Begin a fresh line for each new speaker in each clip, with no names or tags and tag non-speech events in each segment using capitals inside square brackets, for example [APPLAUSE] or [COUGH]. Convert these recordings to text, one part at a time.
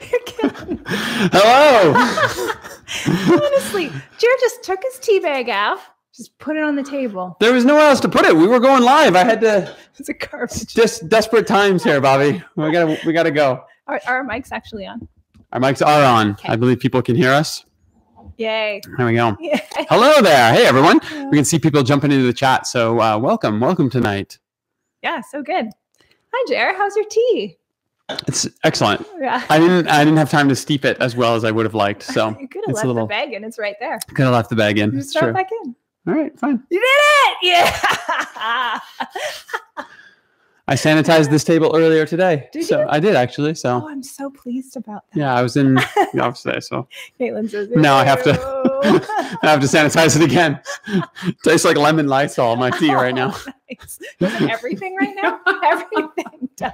You're kidding.
Hello.
[LAUGHS] Honestly, Jared just took his tea bag out, just put it on the table.
there was nowhere else to put it. We were going live. I had to.
It's a
It's
garbage.
just desperate times here, Bobby. We gotta. We gotta go.
Our, our mic's actually on.
Our mics are on.
Okay.
I believe people can hear us.
Yay. [LAUGHS]
There we go.
Yeah.
Hello there. Hey everyone. We can see people jumping into the chat. So uh, welcome, welcome tonight.
Yeah, so good. Hi, Jared. How's your tea?
It's excellent.
Yeah.
I didn't. I didn't have time to steep it as well as I would have liked. So
[LAUGHS] you could
it's a
have left
little-
the bag in. It's right there.
could have left the bag in.
You
It's
start
true.
back in.
All right, fine.
You did it. Yeah. [LAUGHS]
I sanitized this table earlier today.
Did
so
you?
I did actually. So
Oh, I'm so pleased about that.
yeah, I
[LAUGHS]
was in the office today. So
Caitlin says,
Now I have to-
"Ew." [LAUGHS]
I have to sanitize it again. Tastes like lemon Lysol in my tea right now. [LAUGHS]
Oh, nice. Doesn't everything right now? everything does.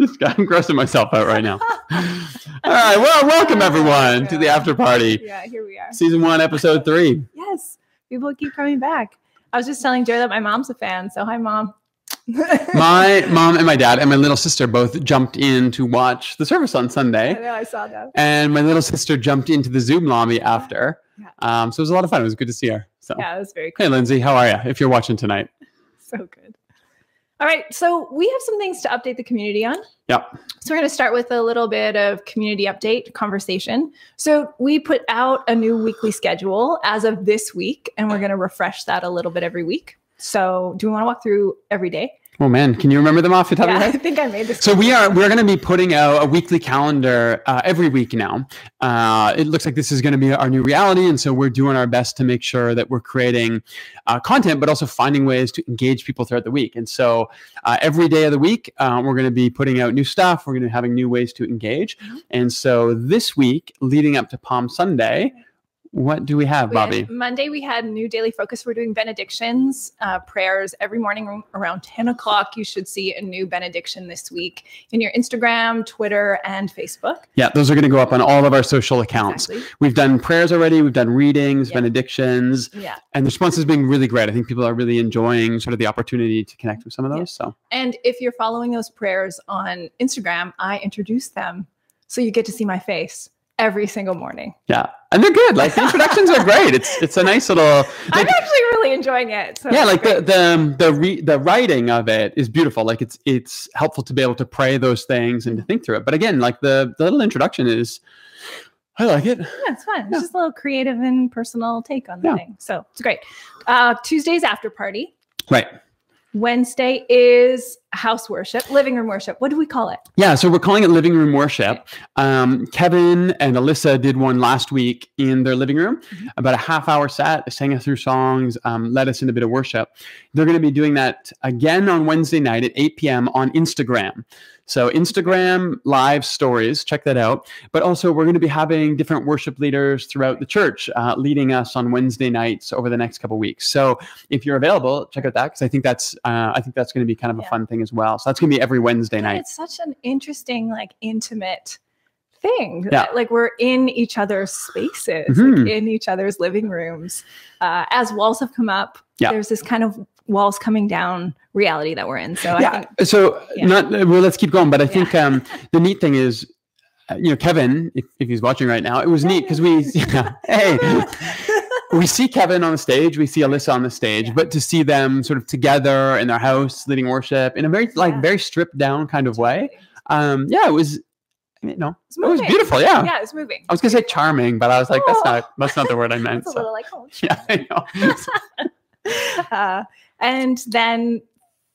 Just got- I'm grossing myself out right now. All right. Well, welcome everyone to the after party,
Yeah, here we are.
season one, episode three.
Yes, people keep coming back. I was just telling Joe that my mom's a fan. So, hi, mom. [LAUGHS]
My [LAUGHS] mom and my dad and my little sister both jumped in to watch the service on
I
Sunday.
know, I saw that.
And my little sister jumped into the Zoom lobby after.
Yeah.
Um, so it was a lot of fun. It was good to see her. So,
Yeah, it was very cool.
hey, Lindsay, how are you? If you're watching tonight,
So good. All right. So, we have some things to update the community on.
Yep.
So, we're going to start with a little bit of community update conversation. So, we put out a new weekly schedule as of this week, and we're going to refresh that a little bit every week. So, do we want to walk through every day?
Oh man, can you remember them off the top
Yeah,
of
[LAUGHS]
your
I
head?
think I made this.
So we are we're going to be putting out a weekly calendar uh, every week now. Uh, it looks like this is going to be our new reality, and so we're doing our best to make sure that we're creating uh, content, but also finding ways to engage people throughout the week. And so uh, every day of the week, uh, we're going to be putting out new stuff. We're going to be having new ways to engage.
Mm-hmm.
And so this week, leading up to Palm Sunday, what do we have,
We had-
Bobby?
Monday, we had new daily focus. We're doing benedictions, uh, prayers every morning around 10 o'clock. You should see a new benediction this week in your Instagram, Twitter, and Facebook.
Yeah, those are going to go up on all of our social accounts.
Exactly.
We've done prayers already. We've done readings,
Yeah.
benedictions.
Yeah.
and the response has been really great. I think people are really enjoying sort of the opportunity to connect with some of
Yeah.
those. So
And if you're following those prayers on Instagram, I introduce them so you get to see my face every single morning.
yeah, and they're
[LAUGHS]
good. Like the introductions are great. It's it's a nice little
I'm
like,
actually really enjoying it. So
yeah,
it's
like
great.
the the the re, the writing of it is beautiful. Like it's it's helpful to be able to pray those things
Mm.
and to think through it. But again, like the the little introduction is, I like it.
Yeah, it's fun. It's
Yeah.
just a little creative and personal take on the
Yeah.
thing. So it's great. Uh, Tuesday's after party.
Right.
Wednesday is house worship, living room worship. What do we call it?
Yeah, so we're calling it living room worship. Um, Kevin and Alyssa did one last week in their living room,
Mm-hmm.
about a half hour set. They sang us through songs, um, led us in a bit of worship. They're going to be doing that again on Wednesday night at 8 p.m. on Instagram. So, Instagram live stories, check that out. But also, we're going to be having different worship leaders throughout the church uh, leading us on Wednesday nights over the next couple weeks. So, if you're available, check out that because I think that's uh, I think that's going to be kind of a
Yeah.
fun thing as well. So that's going to be every Wednesday
Yeah,
night.
It's such an interesting, like intimate thing.
Yeah.
Like we're in each other's spaces, like,
Mhm.
in each other's living rooms. Uh, as walls have come up,
Yeah.
there's this kind of walls coming down reality that we're in. So I
yeah.
think
So
yeah.
not well. Let's keep going. But I
Yeah.
think um, the neat thing is, uh, you know, Kevin, if, if he's watching right now, it was neat because we, [LAUGHS] yeah,
[LAUGHS]
hey, we see Kevin on the stage, we see Alyssa on the stage,
Yeah.
but to see them sort of together in their house leading worship in a very like
Yeah.
very stripped down kind of way. Um, yeah, it was. You know,
It's
it was
moving.
beautiful. Yeah.
Yeah, it's moving.
I was gonna say charming, but I was like, that's
Oh.
not
[LAUGHS]
that's not the word I meant.
It's a
so.
little like, oh.
[LAUGHS] Yeah, I
[LAUGHS]
know.
Uh, and then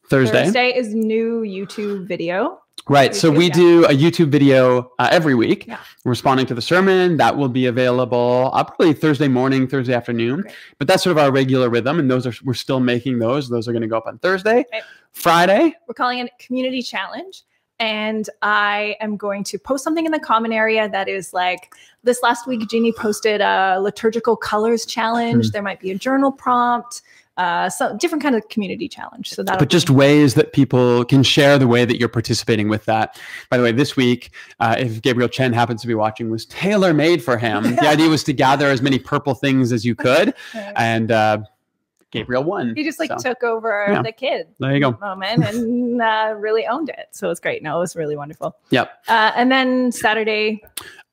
Thursday.
Thursday is new YouTube video.
Right.
We
So
do,
we
yeah.
do a YouTube video uh, every week
Yeah.
responding to the sermon. That will be available uh, probably Thursday morning, Thursday afternoon.
Great.
But that's sort of our regular rhythm. And those are, we're still making those. Those are going to go up on Thursday,
Right.
Friday.
We're calling it community challenge. And I am going to post something in the comment area that is like this last week, Jeannie posted a liturgical colors
Hmm.
challenge. There might be a journal prompt, uh, so different kind of community challenge. So that
But just ways that people can share the way that you're participating with that. By the way, this week, uh, if Gabriel Chen happens to be watching, was tailor made for him. The idea was to gather as many purple things as you could. And uh, Gabriel won.
He just like
So,
took over
Yeah.
the kid
there you go.
moment and uh, really owned it. So it was great. No, it was really wonderful.
Yep.
Uh, and then Saturday,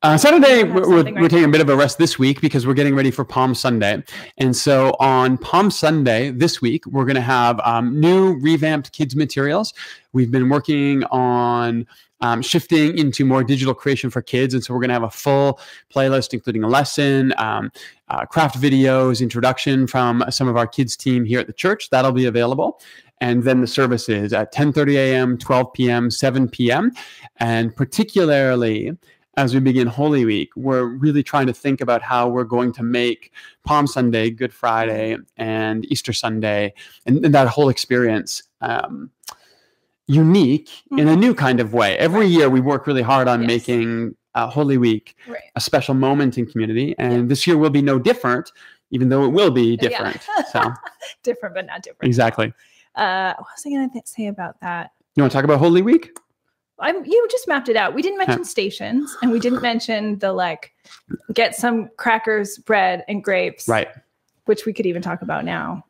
Uh, Saturday,
We have
we're, we're,
something
we're
right
taking a bit of a rest this week because we're getting ready for Palm Sunday. And so on Palm Sunday this week, we're going to have um, new revamped kids' materials. We've been working on um, shifting into more digital creation for kids. And so we're going to have a full playlist, including a lesson, um, uh, craft videos, introduction from some of our kids' team here at the church. That'll be available. And then the services at 10:30 a.m., 12 p.m., 7 p.m., and particularly as we begin Holy Week, we're really trying to think about how we're going to make Palm Sunday, Good Friday, and Easter Sunday, and, and that whole experience um, unique in a new kind of way. Every year, we work really hard on
Mm-hmm. Yes.
making uh, Holy Week
right.
a special moment in community, and this year will be no different, even though it will be
Yeah. [LAUGHS]
different. So,
different, but not different.
exactly.
Uh, what was I going to th- say about that?
You want to talk about Holy Week?
I'm, you just mapped it out. We didn't mention stations and we didn't mention the like get some crackers, bread, and grapes,
Right.
which we could even talk about now.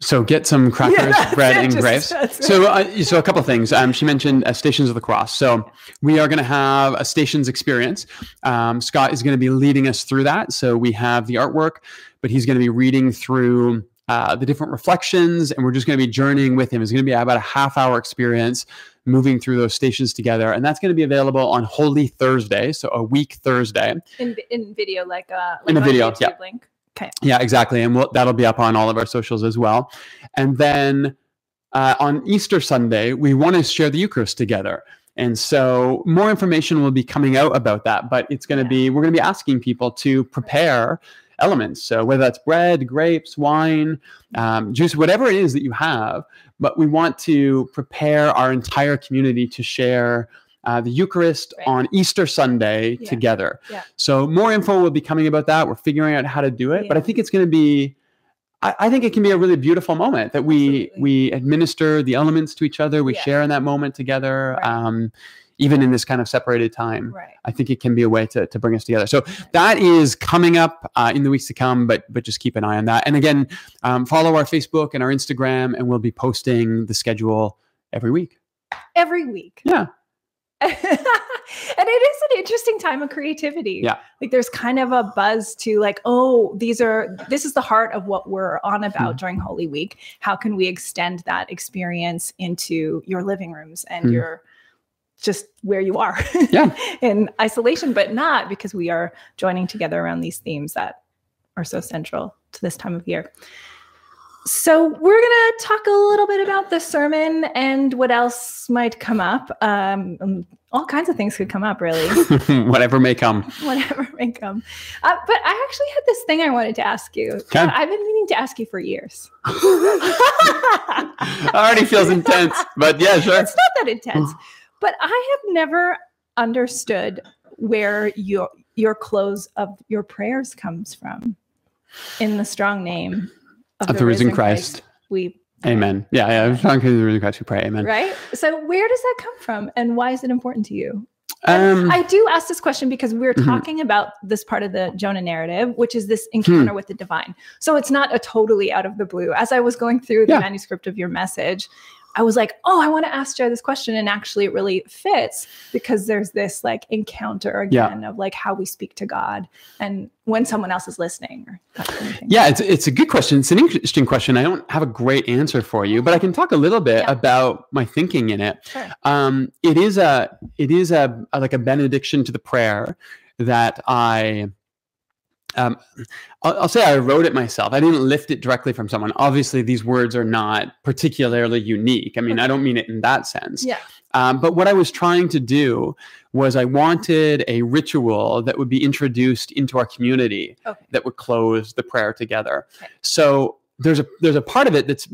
So, get some crackers,
Yeah, [LAUGHS]
bread,
yeah,
and
just-
grapes.
that's
So,
right.
uh, so a couple of things. Um, she mentioned uh, Stations of the Cross. So, we are going to have a stations experience. Um, Scott is going to be leading us through that. So, we have the artwork, but he's going to be reading through uh, the different reflections, and we're just going to be journeying with him. It's going to be about a half hour experience moving through those stations together. And that's going to be available on Holy Thursday. So, a week Thursday.
in, in video, like, uh, like
In a
on
video,
YouTube
yeah.
link.
Yeah, exactly. And we'll, that'll be up on all of our socials as well. And then uh, on Easter Sunday, we want to share the Eucharist together. And so more information will be coming out about that, but it's going to
Yeah.
be, we're going to be asking people to prepare elements. So whether that's bread, grapes, wine, um, juice, whatever it is that you have, but we want to prepare our entire community to share uh, the Eucharist
Right.
on Easter Sunday
Yeah.
together.
Yeah.
So more info will be coming about that. We're figuring out how to do it, but I
Yeah.
think it's going to be. I, I think it can be a really beautiful moment that we
Absolutely.
we administer the elements to each other. We
Yeah.
share in that moment together,
Right.
um, even in this kind of separated time.
Right.
I think it can be a way to, to bring us together. So that is coming up uh, in the weeks to come, but but just keep an eye on that. And again, um, follow our Facebook and our Instagram, and we'll be posting the schedule every week. [LAUGHS]
Every week.
Yeah.
[LAUGHS] and it is an interesting time of creativity.
Yeah.
Like there's kind of a buzz to like, oh, these are this is the heart of what we're on
Hmm.
about during Holy Week. How can we extend that experience into your living rooms and
Mhm.
your just where you are [LAUGHS]
Yeah.
in isolation, but not because we are joining together around these themes that are so central to this time of year. So, we're going to talk a little bit about the sermon and what else might come up. Um, um, all kinds of things could come up,
[LAUGHS]
really, [LAUGHS]
Whatever may come. [LAUGHS]
whatever may come. Uh, but I actually had this thing I wanted to ask you. Uh,
Okay.
I've been meaning to ask you for
[LAUGHS]
years.
Already feels intense, but yeah, sure.
It's not that
Mm.
intense, but I have never understood where your your close of your prayers comes from. In the strong name
Of the risen Christ.
we
Amen. Yeah, yeah. I'm trying to really glad to pray. Amen.
right. So where does that come from, and why is it important to you? And
Um,
I do ask this question because we're
Mhm.
talking about this part of the Jonah narrative, which is
Hmm.
this encounter with the divine. So it's not a totally out of the blue. As I was going through the
Yeah.
manuscript of your message, I was like, oh, I want to ask Joe this question. And actually, it really fits because there's this like encounter
Yeah.
again of like how we speak to God and when someone else is listening or that kind of thing.
yeah, it's it's a good question. It's an interesting question. I don't have a great answer for you, but I can talk a little bit
Yeah.
about my thinking in it.
Sure.
Um, it is a it is a, a- like a benediction to the prayer that I. Um, I'll, I'll say I wrote it myself. I didn't lift it directly from someone. Obviously, these words are not particularly unique. I mean, I don't mean it in that sense.
Yeah.
Um, but what I was trying to do was I wanted a ritual that would be introduced into our community
Okay.
that would close the prayer together.
Okay.
So there's a there's a part of it that's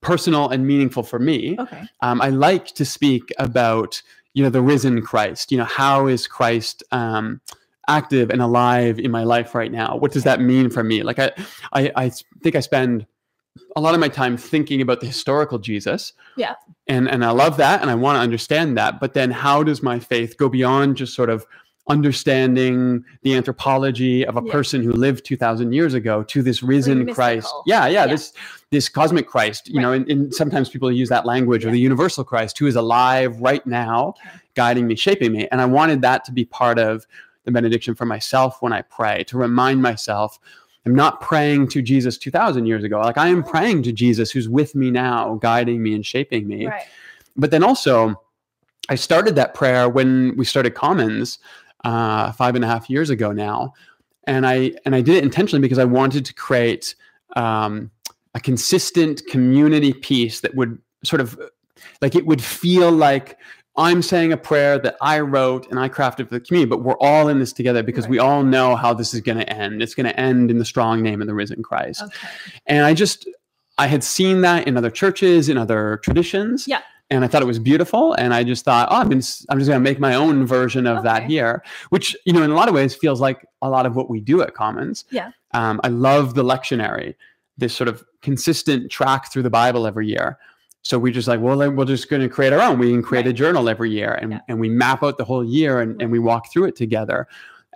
personal and meaningful for me.
Okay.
Um, I like to speak about you know the risen Christ. You know how is Christ um, active and alive in my life right now? What does that mean for me? Like I I, I s- think I spend a lot of my time thinking about the historical Jesus.
Yeah.
And and I love that and I want to understand that. But then how does my faith go beyond just sort of understanding the anthropology of a
Yeah.
person who lived 2000 years ago to this risen christ
mystical.
yeah, yeah
Yeah.
this this cosmic christ you know and, and sometimes people use that language or
Yeah.
the universal christ who is alive right now guiding me shaping me and i wanted that to be part of the benediction for myself when i pray to remind myself i'm not praying to jesus 2000 years ago like i am praying to jesus who's with me now guiding me and shaping me
Right.
but then also i started that prayer when we started commons uh, five and a half years ago now and i and i did it intentionally because i wanted to create um, a consistent community piece that would sort of like it would feel like i'm saying a prayer that i wrote and i crafted for the community but we're all in this together because we all know how this is going to end it's going to end in the strong name of the risen christ
Okay.
and I just, I had seen that in other churches, in other traditions.
Yeah.
And I thought it was beautiful. And I just thought, oh, I'm, gonna s- I'm just going to make my own version of that
Okay.
here, which, you know, in a lot of ways feels like a lot of what we do at Commons.
Yeah.
Um, I love the lectionary, this sort of consistent track through the Bible every year. So we're just like, well, then we're just going to create our own. We can create a
Right.
journal every year and,
Yeah.
and we map out the whole year and, and we walk through it together.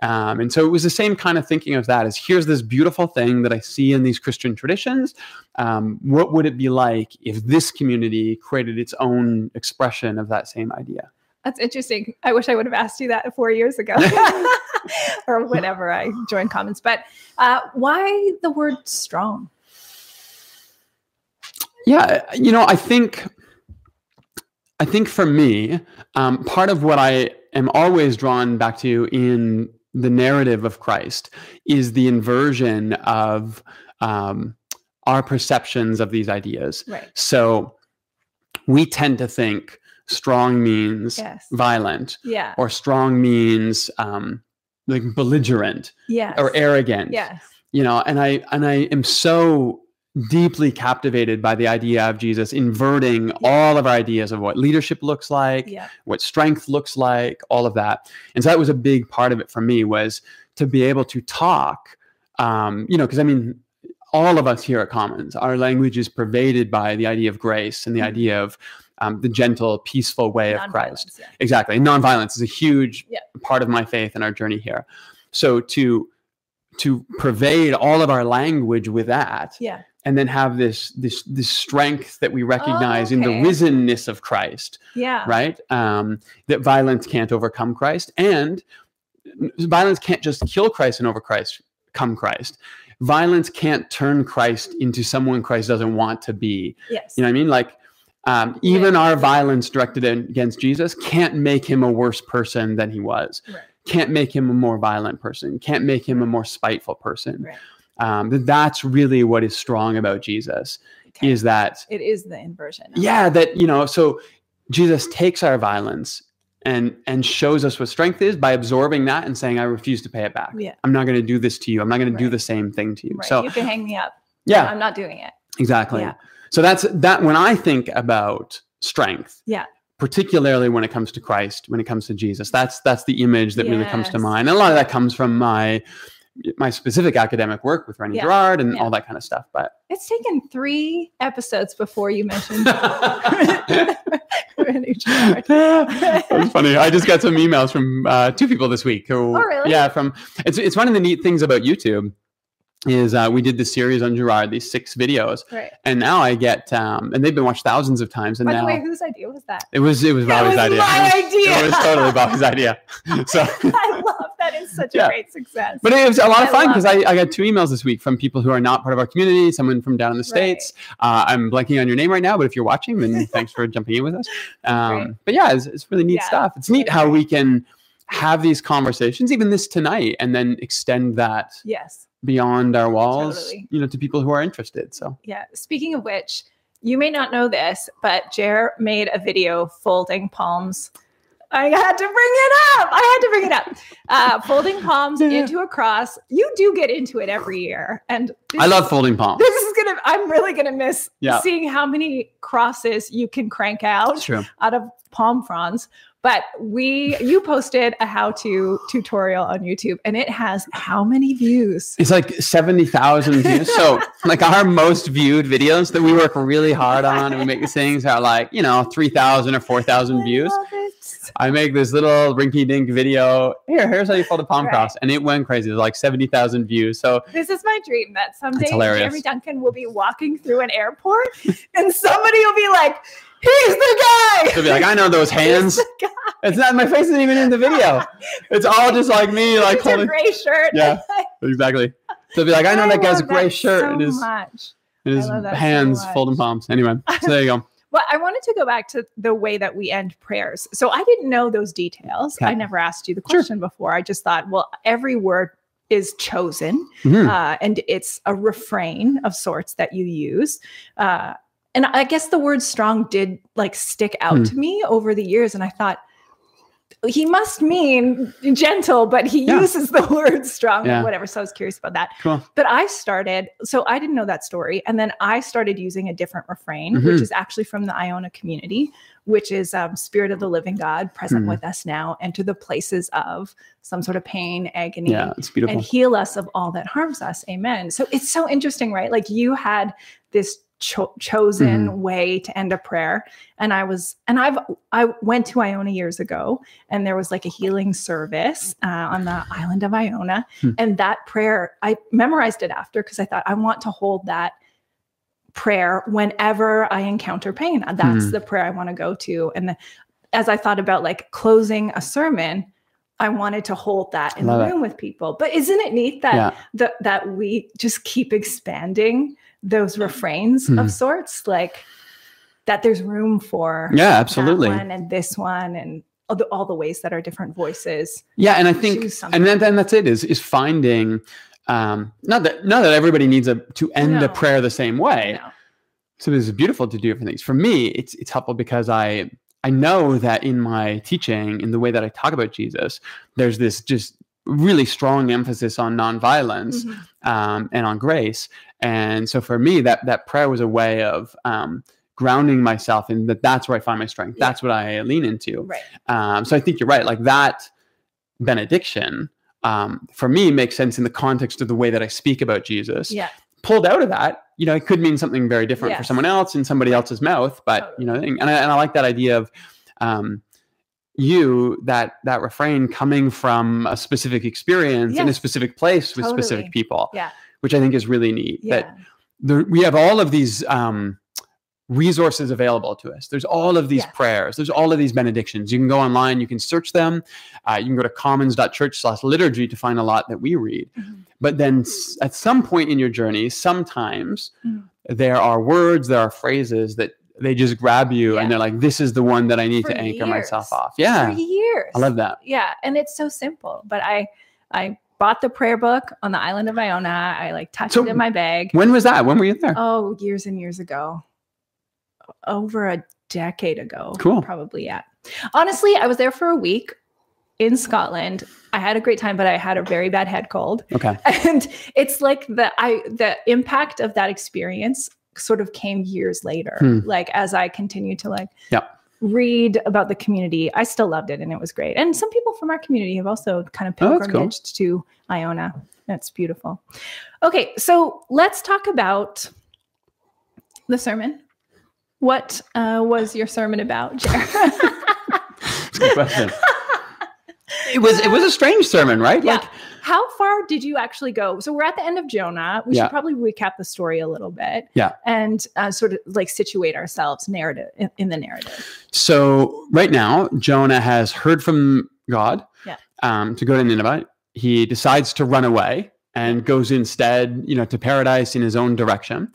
Um, and so it was the same kind of thinking of that is here's this beautiful thing that I see in these Christian traditions. Um, what would it be like if this community created its own expression of that same idea?
That's interesting. I wish I would have asked you that four years
[LAUGHS]
ago [LAUGHS] or whenever I joined Commons. But uh, why the word strong?
Yeah, you know, I think I think for me, um, part of what I am always drawn back to in the narrative of Christ is the inversion of um, our perceptions of these ideas.
Right.
So we tend to think strong means
Yes.
violent,
Yeah.
or strong means um, like belligerent
Yes.
or arrogant.
Yes.
You know, and I and I am so deeply captivated by the idea of Jesus inverting all of our ideas of what leadership looks like,
Yeah.
what strength looks like, all of that. And so that was a big part of it for me was to be able to talk, um, you know, because I mean, all of us here at Commons, our language is pervaded by the idea of grace and the
Mhm.
idea of um, the gentle, peaceful way of Christ.
Nonviolence, Yeah.
Exactly. And nonviolence is a huge
Yeah.
part of my faith and our journey here. So to to pervade all of our language with that
Yeah.
and then have this this this strength that we recognize in
okay.
the risenness of Christ
Yeah.
right? Um, that violence can't overcome Christ, and violence can't just kill Christ and over Christ come Christ. Violence can't turn Christ into someone Christ doesn't want to be.
Yes.
You know what I mean? Like um, even our violence directed in- against Jesus can't make him a worse person than he was.
Right.
Can't make him a more violent person. Can't make him a more spiteful person.
Right.
Um, th- that's really what is strong about Jesus
Okay.
is that
it is the inversion. of-
yeah that you know so jesus takes our violence and and shows us what strength is by absorbing that and saying i refuse to pay it back
Yeah.
i'm not going to do this to you i'm not going to do
Right.
the same thing to you
Right.
so
you can hang me up.
yeah
I'm not doing it.
Exactly.
Yeah.
So that's that when I think about strength.
Yeah.
Particularly when it comes to Christ, when it comes to Jesus. That's that's the image that really comes to
Yes.
mind. And a lot of that comes from my my specific academic work with Rennie
Yeah.
Girard and
Yeah.
all that kind of stuff.
[LAUGHS]
But
It's taken three episodes before you
[LAUGHS]
mentioned
that
Randy
[LAUGHS]
Gerard.
was funny. I just got some emails from uh, two people this week. Who,
Oh, really?
Yeah, from it's it's one of the neat things about YouTube is uh, we did this series on Girard, these six videos,
Right.
and now I get um, and they've been watched thousands of times. And
By
now
the way, whose idea was
[LAUGHS]
that? [LAUGHS]
It was it was
That was
Bobby's idea.
my
It was-
idea.
It was totally Bobby's
[LAUGHS]
idea. So,
I love that. It's such
Yeah.
a great success.
but it was a lot of
I
fun
love
because I, I got two emails this week from people who are not part of our community. Someone from down in the
Right.
states. Uh, I'm blanking on your name right now, but if you're
[LAUGHS]
watching, then thanks for jumping in with us. Um,
Great.
but yeah, it's, it's really neat
Yeah.
stuff. It's neat how we can have these conversations, even this tonight, and then extend that
yes.
beyond our walls,
Totally.
you know, to people who are interested. So
Yeah. Speaking of which, you may not know this, but Jer made a video folding palms. I had to bring it up. I had to bring it up. Uh, folding palms
Yeah.
into a cross. You do get into it every year, and
I
this
love
is-
folding
[LAUGHS]
palms.
This is gonna. I'm really gonna miss
Yeah.
seeing how many crosses you can crank out
true.
out of palm fronds. But we, you posted a how-to tutorial on YouTube, and it has how many views?
It's like 70,000 views. So, like, our most viewed videos that we work really hard on and we make these things are like, you know, 3,000 or 4,000
I
views.
love it.
I make this little rinky dink video. Here, here's how you fold a palm
Right.
cross. And it went crazy. There's like 70,000 views. So
This is my dream that someday
hilarious.
Jeremy Duncan will be walking through an airport [LAUGHS] and somebody will be like, he's the guy.
they'll be like, I
[LAUGHS]
know those hands.
He's the
It's not, my face isn't even in the
[LAUGHS]
video. It's all just like me,
guy.
like
He's a
holding.
gray shirt. [LAUGHS]
Yeah. Exactly. They'll be like, I know that guy's
love
gray
that
shirt
so
and his,
much.
and his
I love that so
hands
much.
folding palms. Anyway, so there you
[LAUGHS]
go.
Well, I wanted to go back to the way that we end prayers. So I didn't know those details.
Okay.
I never asked you the
Sure.
question before. I just thought, well, every word is chosen
Mhm.
uh, and it's a refrain of sorts that you use. Uh, and I guess the word strong did like stick out
Hmm.
to me over the years. And I thought, he must mean gentle, but he
Yeah.
uses the [LAUGHS] word strong
Yeah.
or whatever. So I was curious about that.
Cool.
But I started, so I didn't know that story. And then I started using a different refrain,
Mhm.
which is actually from the Iona community, which is um, Spirit of the Living God, present
Hmm.
with us now, enter the places of some sort of pain, agony,
Yeah, it's
and
beautiful.
heal us of all that harms us. Amen. So it's so interesting, right? Like you had this cho- chosen
Mm-hmm.
way to end a prayer, and I was, and I've, I went to Iona years ago, and there was like a healing service uh, on the island of Iona,
Hmm.
and that prayer I memorized it after because I thought I want to hold that prayer whenever I encounter pain. That's
Hmm.
the prayer I want to go to, and the, as I thought about like closing a sermon. I wanted to hold that in
Love
the
it.
room with people. But isn't it neat that
Yeah.
that that we just keep expanding those refrains
Mhm.
of sorts, like that there's room for
Yeah, absolutely.
that one and this one and all the, all the ways that are different voices.
Yeah, and I think,
Choose something.
and then, then that's it is is finding, um, not that not that everybody needs a to end
No.
a prayer the same
you
way.
know.
So this is beautiful to do different things. For me, it's it's helpful because I I know that in my teaching, in the way that I talk about Jesus, there's this just really strong emphasis on nonviolence
Mhm.
um, and on grace. And so for me, that that prayer was a way of um, grounding myself in that. That's where I find my strength.
Yeah.
That's what I lean into.
Right.
Um, so I think you're right. Like that benediction um, for me makes sense in the context of the way that I speak about Jesus.
Yeah.
Pulled out of that, you know, it could mean something very different for
Yes.
someone else in somebody else's mouth. But you know, and I, and I like that idea of um, you that that refrain coming from a specific experience in a
Yes.
specific place with
Totally.
specific people.
Yeah.
Which I think is really neat. That
Yeah.
there, we have all of these um, resources available to us. There's all of these
Yeah.
prayers. There's all of these benedictions. You can go online. You can search them. Uh, you can go to commons.church/liturgy to find a lot that we read.
Mhm.
But then, s- at some point in your journey, sometimes
Mhm.
there are words, there are phrases that they just grab you,
Yeah.
and they're like, "This is the one that I need
For
to anchor myself
years.
off." Yeah,
For years.
I love that.
yeah and it's so simple but i i bought the prayer book on the island of iona i like tucked
So-
it in my bag
When was that? When were you there?
oh years and years ago over a decade ago
Cool.
probably yeah honestly i was there for a week in scotland i had a great time but i had a very bad head cold
Okay.
[LAUGHS] and it's like the i the impact of that experience sort of came years later
Hmm.
like as i continued to like
Yeah.
read about the community i still loved it and it was great and some people from our community have also kind of
Oh, that's
pilgrimaged
cool.
to iona that's beautiful okay so let's talk about the sermon what uh, was your sermon about Jer? [LAUGHS]
That's a good question. it was it was a strange sermon, right?
Yeah.
Like
How far did you actually go? So we're at the end of Jonah. We
Yeah.
should probably recap the story a little bit.
Yeah.
And uh, sort of like situate ourselves narrative in, in the narrative.
So right now, Jonah has heard from God
Yeah.
um, to go to Nineveh. He decides to run away and goes instead, you know, to paradise in his own direction.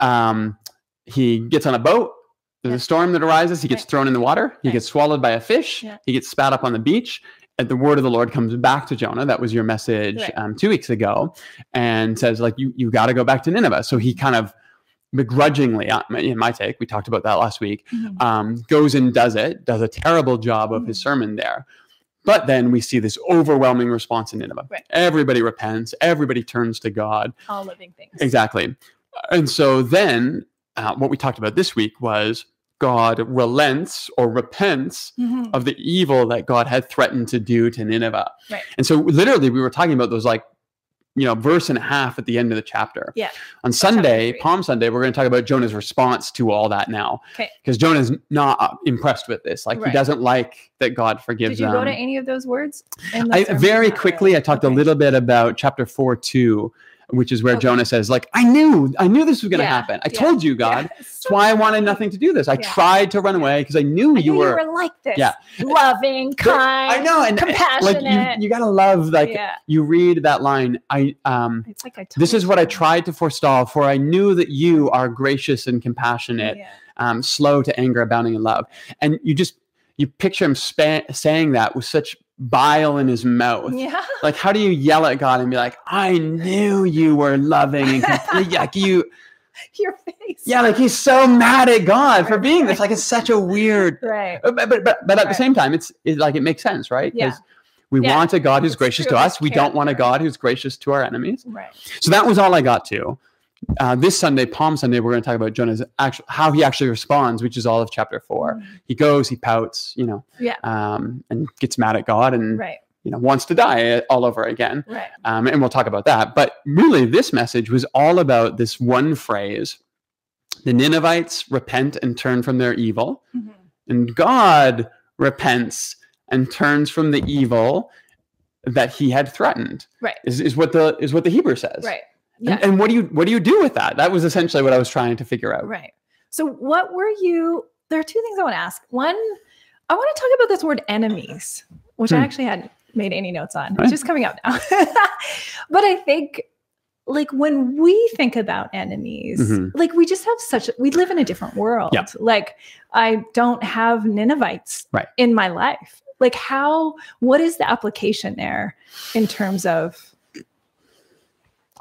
Um, he gets on a boat. There's
Yeah.
a storm that arises. He gets
Right.
thrown in the water. He
Right.
gets swallowed by a fish.
Yeah.
He gets spat up on the beach. And the word of the Lord comes back to Jonah. That was your message
Right.
um, two weeks ago, and says like you you got to go back to Nineveh. So he kind of begrudgingly, uh, in my take, we talked about that last week um, goes and does it, does a terrible job of his
Mhm.
sermon there. But then we see this overwhelming response in Nineveh.
Right.
Everybody repents, everybody turns to God.
[LAUGHS] All living things.
Exactly. And so then uh, what we talked about this week was God relents or repents
Mhm.
of the evil that God had threatened to do to Nineveh.
Right.
And so literally we were talking about those like you know verse and a half at the end of the chapter.
Yeah.
On Sunday,
three.
Palm Sunday, we're going to talk about Jonah's response to all that now.
'Kay.
Because Jonah's not uh, impressed with this. Like
Right.
he doesn't like that God forgives
Did you
them.
go to any of those words? in the
um, I,
sermon?
very
Not
quickly,
really.
I talked a
Okay.
little bit about chapter four two, which is where
Okay.
Jonah says, "Like I knew, I knew this was going to
Yeah,
happen. I
yeah,
told you, God.
Yeah, it's
That's
so
why I wanted
funny.
nothing to do this. I
Yeah.
tried to run away because I knew,
I
you,
knew
were,
like this.
Yeah.
Loving,
There-
kind.
I know, and
compassionate.
Like you, you gotta love. Like
yeah.
you read that line. I um,
It's like I told
this is what I
you.
tried to forestall, for I knew that you are gracious and compassionate,
Yeah. [LAUGHS]
um, slow to anger, abounding in love. And you just you picture him spa- saying that with such bile in his mouth.
yeah.
Like, how do you yell at God and be like, "I knew you were loving and comp-
[LAUGHS]
like you"?
Your face.
Yeah, like he's so mad at God for
Right,
being
right.
this. Like, it's such a weird
Right.
Uh, but but but, but at the
Right.
same time, it's it, like it makes sense, right?
Yeah.
we
Yeah.
want a God who's
It's
gracious
true.
to
It's
us. We don't want a
character.
God who's gracious to our enemies.
Right.
So that was all I got to. Uh, this Sunday, Palm Sunday, we're going to talk about Jonah's actual how he actually responds, which is all of chapter four.
Mm.
He goes, he pouts, you know,
Yeah.
um, and gets mad at God, and
Right.
you know wants to die uh, all over again.
Right.
Um, and we'll talk about that. But really, this message was all about this one phrase: the Ninevites repent and turn from their evil
Mhm.
and God repents and turns from the evil that he had threatened.
Right.
Is, is what the is what the Hebrew says.
Right. Yeah.
And, and what do you what do you do with that? That was essentially what I was trying to figure out.
Right. So, what were you? There are two things I want to ask. One, I want to talk about this word enemies, which
Hmm.
I actually hadn't made any notes on.
Right.
It's just coming up now. [LAUGHS] but I think, like, when we think about enemies,
Mhm.
like, we just have such, we live in a different world.
Yeah.
Like, I don't have Ninevites
Right.
in my life. Like, how, what is the application there in terms of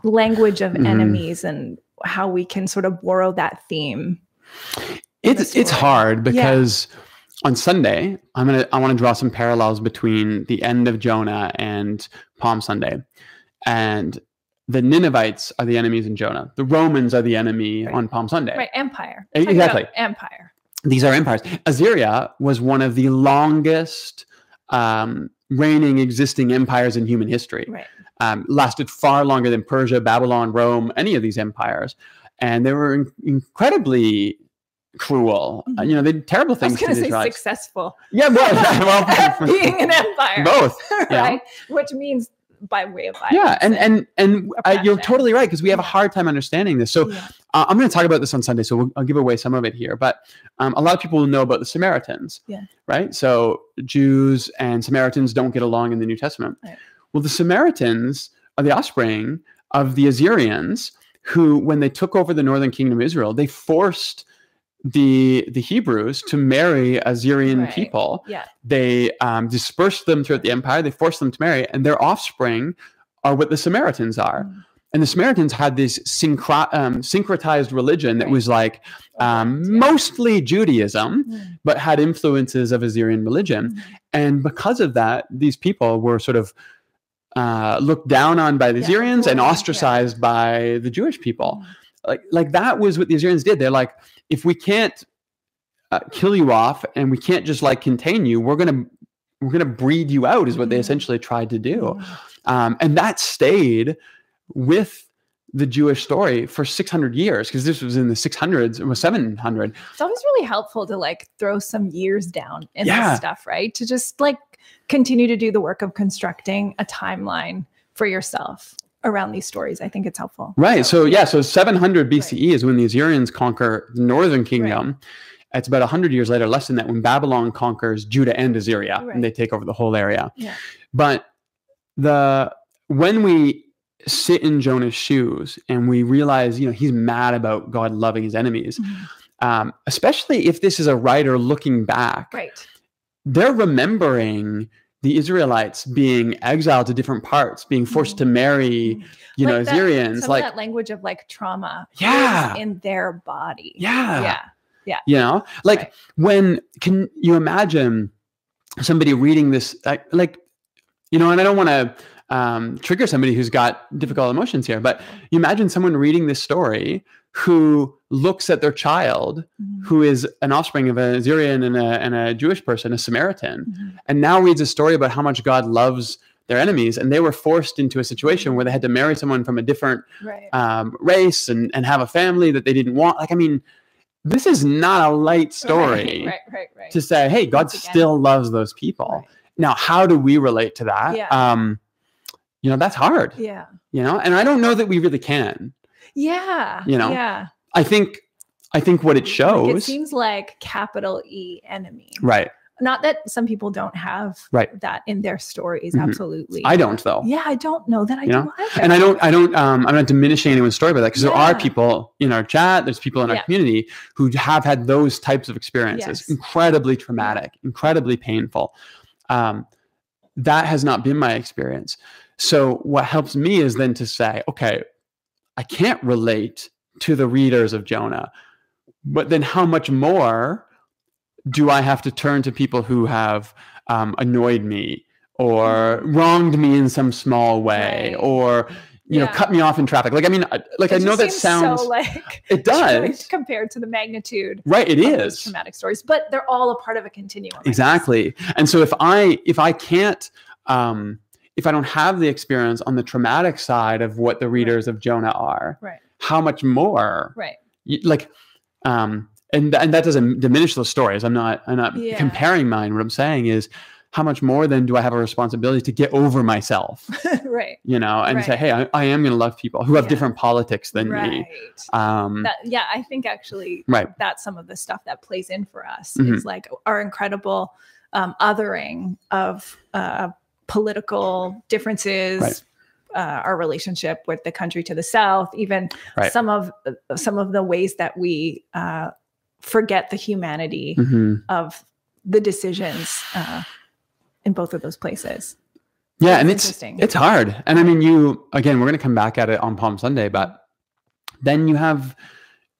language of
Mhm.
enemies and how we can sort of borrow that theme.
It's
The
it's
story.
hard
Yeah.
because on Sunday I'm gonna I want to draw some parallels between the end of Jonah and Palm Sunday, and the Ninevites are the enemies in Jonah. The Romans are the enemy
Right.
on Palm Sunday.
Right, empire.
E-
Talking about
exactly.
Empire.
these are empires. Assyria was one of the longest um, reigning existing empires in human history.
Right.
Um, lasted far longer than Persia, Babylon, Rome, any of these empires, and they were in- incredibly cruel. Uh, you know, they did terrible
Mm-hmm. I was
things to
going to
the
say
Israelites.
successful
[LAUGHS] Yeah,
[LAUGHS]
well, yeah,
at
well
being an empire.
both.
[LAUGHS]
yeah.
right? Which means by way of violence.
Yeah, and and and I, you're
Oppression.
totally right because we have a
Yeah.
hard time understanding this. So
yeah.
uh, I'm going to talk about this on Sunday, so we'll, I'll give away some of it here. But um, a lot of people will know about the Samaritans,
Yeah.
right? So Jews and Samaritans don't get along in the New Testament.
Right.
Well, the Samaritans are the offspring of the Assyrians, who, when they took over the northern kingdom of Israel, they forced the the Hebrews to marry Assyrian
Right.
people.
Yeah.
They um, dispersed them throughout the empire. They forced them to marry, and their offspring are what the Samaritans are.
Mm.
And the Samaritans had this synchro- um, syncretized religion that
Right.
was like um,
Overlapped, yeah.
mostly Judaism,
Mm,
but had influences of Assyrian religion.
mhm.
And because of that, these people were sort of uh, looked down on by the
Yeah,
Assyrians and
cool, yeah.
ostracized by the Jewish people.
Mm.
Like, like that was what the Assyrians did. They're like, if we can't uh, kill you off and we can't just like contain you, we're gonna we're gonna breed you out, is what they
Mhm.
essentially tried to do.
Mm.
Um, and that stayed with the Jewish story for 600 years because this was in the 600s, it was 700.
It's always really helpful to like throw some years down in
Yeah.
this stuff, right? To just like continue to do the work of constructing a timeline for yourself around these stories. I think it's helpful.
Right. So, yeah, so 700 BCE E is when the Assyrians conquer the northern kingdom. It's about 100 years later, less than that, when Babylon conquers Judah and Assyria
Right.
and they take over the whole area.
Yeah.
But the when we sit in Jonah's shoes and we realize, you know, he's mad about God loving his enemies,
Mhm.
um, especially if this is a writer looking back.
Right.
they're remembering the Israelites being exiled to different parts, being forced to marry,
Mhm.
you know,
Like that-
Assyrians.
Some
Like,
of that language of like trauma is
Yeah.
in their body.
yeah,
Yeah.
you know, like
Right.
when can you imagine somebody reading this? Like, like you know, and I don't want to um, trigger somebody who's got difficult emotions here, but you imagine someone reading this story who looks at their child
Mhm.
who is an offspring of an Assyrian and a, and a Jewish person, a Samaritan,
Mhm.
and now reads a story about how much God loves their enemies, and they were forced into a situation where they had to marry someone from a different
Right.
um, race and and have a family that they didn't want. Like, I mean, this is not a light story
Right, right, right.
to say, hey, God
Once again.
still loves those people.
Right.
Now, how do we relate to that?
Yeah.
Um, you know, that's hard.
Yeah.
You know, and I don't know that we really can.
Yeah.
You know,
Yeah.
I think, I think what it
Like, it
shows,
seems like capital E enemy.
right?
Not that some people don't have
Right.
that in their stories.
Mhm.
Absolutely.
I don't though.
Yeah, I don't know that I
You
do
know?
either.
[LAUGHS] And I don't, I don't, um, I'm not diminishing anyone's story by that because there are
Yeah.
people in our chat, there's people in our
Yeah.
community who have had those types of experiences,
Yes.
incredibly traumatic, incredibly painful. Um, that has not been my experience. So what helps me is then to say, okay, I can't relate to the readers of Jonah, but then how much more do I have to turn to people who have um, annoyed me or wronged me in some small way
Mm-hmm. Right.
or you know
Yeah.
cut me off in traffic like i mean I- like
It
i know
just
that
seems
sounds
so [LAUGHS] like
it [LAUGHS] does
compared to the magnitude
right it
of those
is
traumatic stories, but they're all a part of a continuum. I guess.
exactly and so if i if i can't um if i don't have the experience on the traumatic side of what the readers of jonah are
Right.
how much more
Right. [LAUGHS]
y- like um and and that doesn't diminish those stories i'm not i'm not
Yeah.
comparing mine what i'm saying is how much more then do i have a responsibility to get over myself
right.
you know and say
Right.
hey i, I am going to love people who have
Yeah.
different politics than
right.
me um
That, yeah, I think actually
Right.
that's some of the stuff that plays in for us.
Mhm.
It's like our incredible um, othering of uh, political differences.
Right.
Uh, our relationship with the country to the south, even
Right.
some of some of the ways that we uh, forget the humanity
mhm.
of the decisions uh, in both of those places.
yeah
That's
and it's
interesting.
it's hard and i mean you again we're going to come back at it on palm sunday but then you have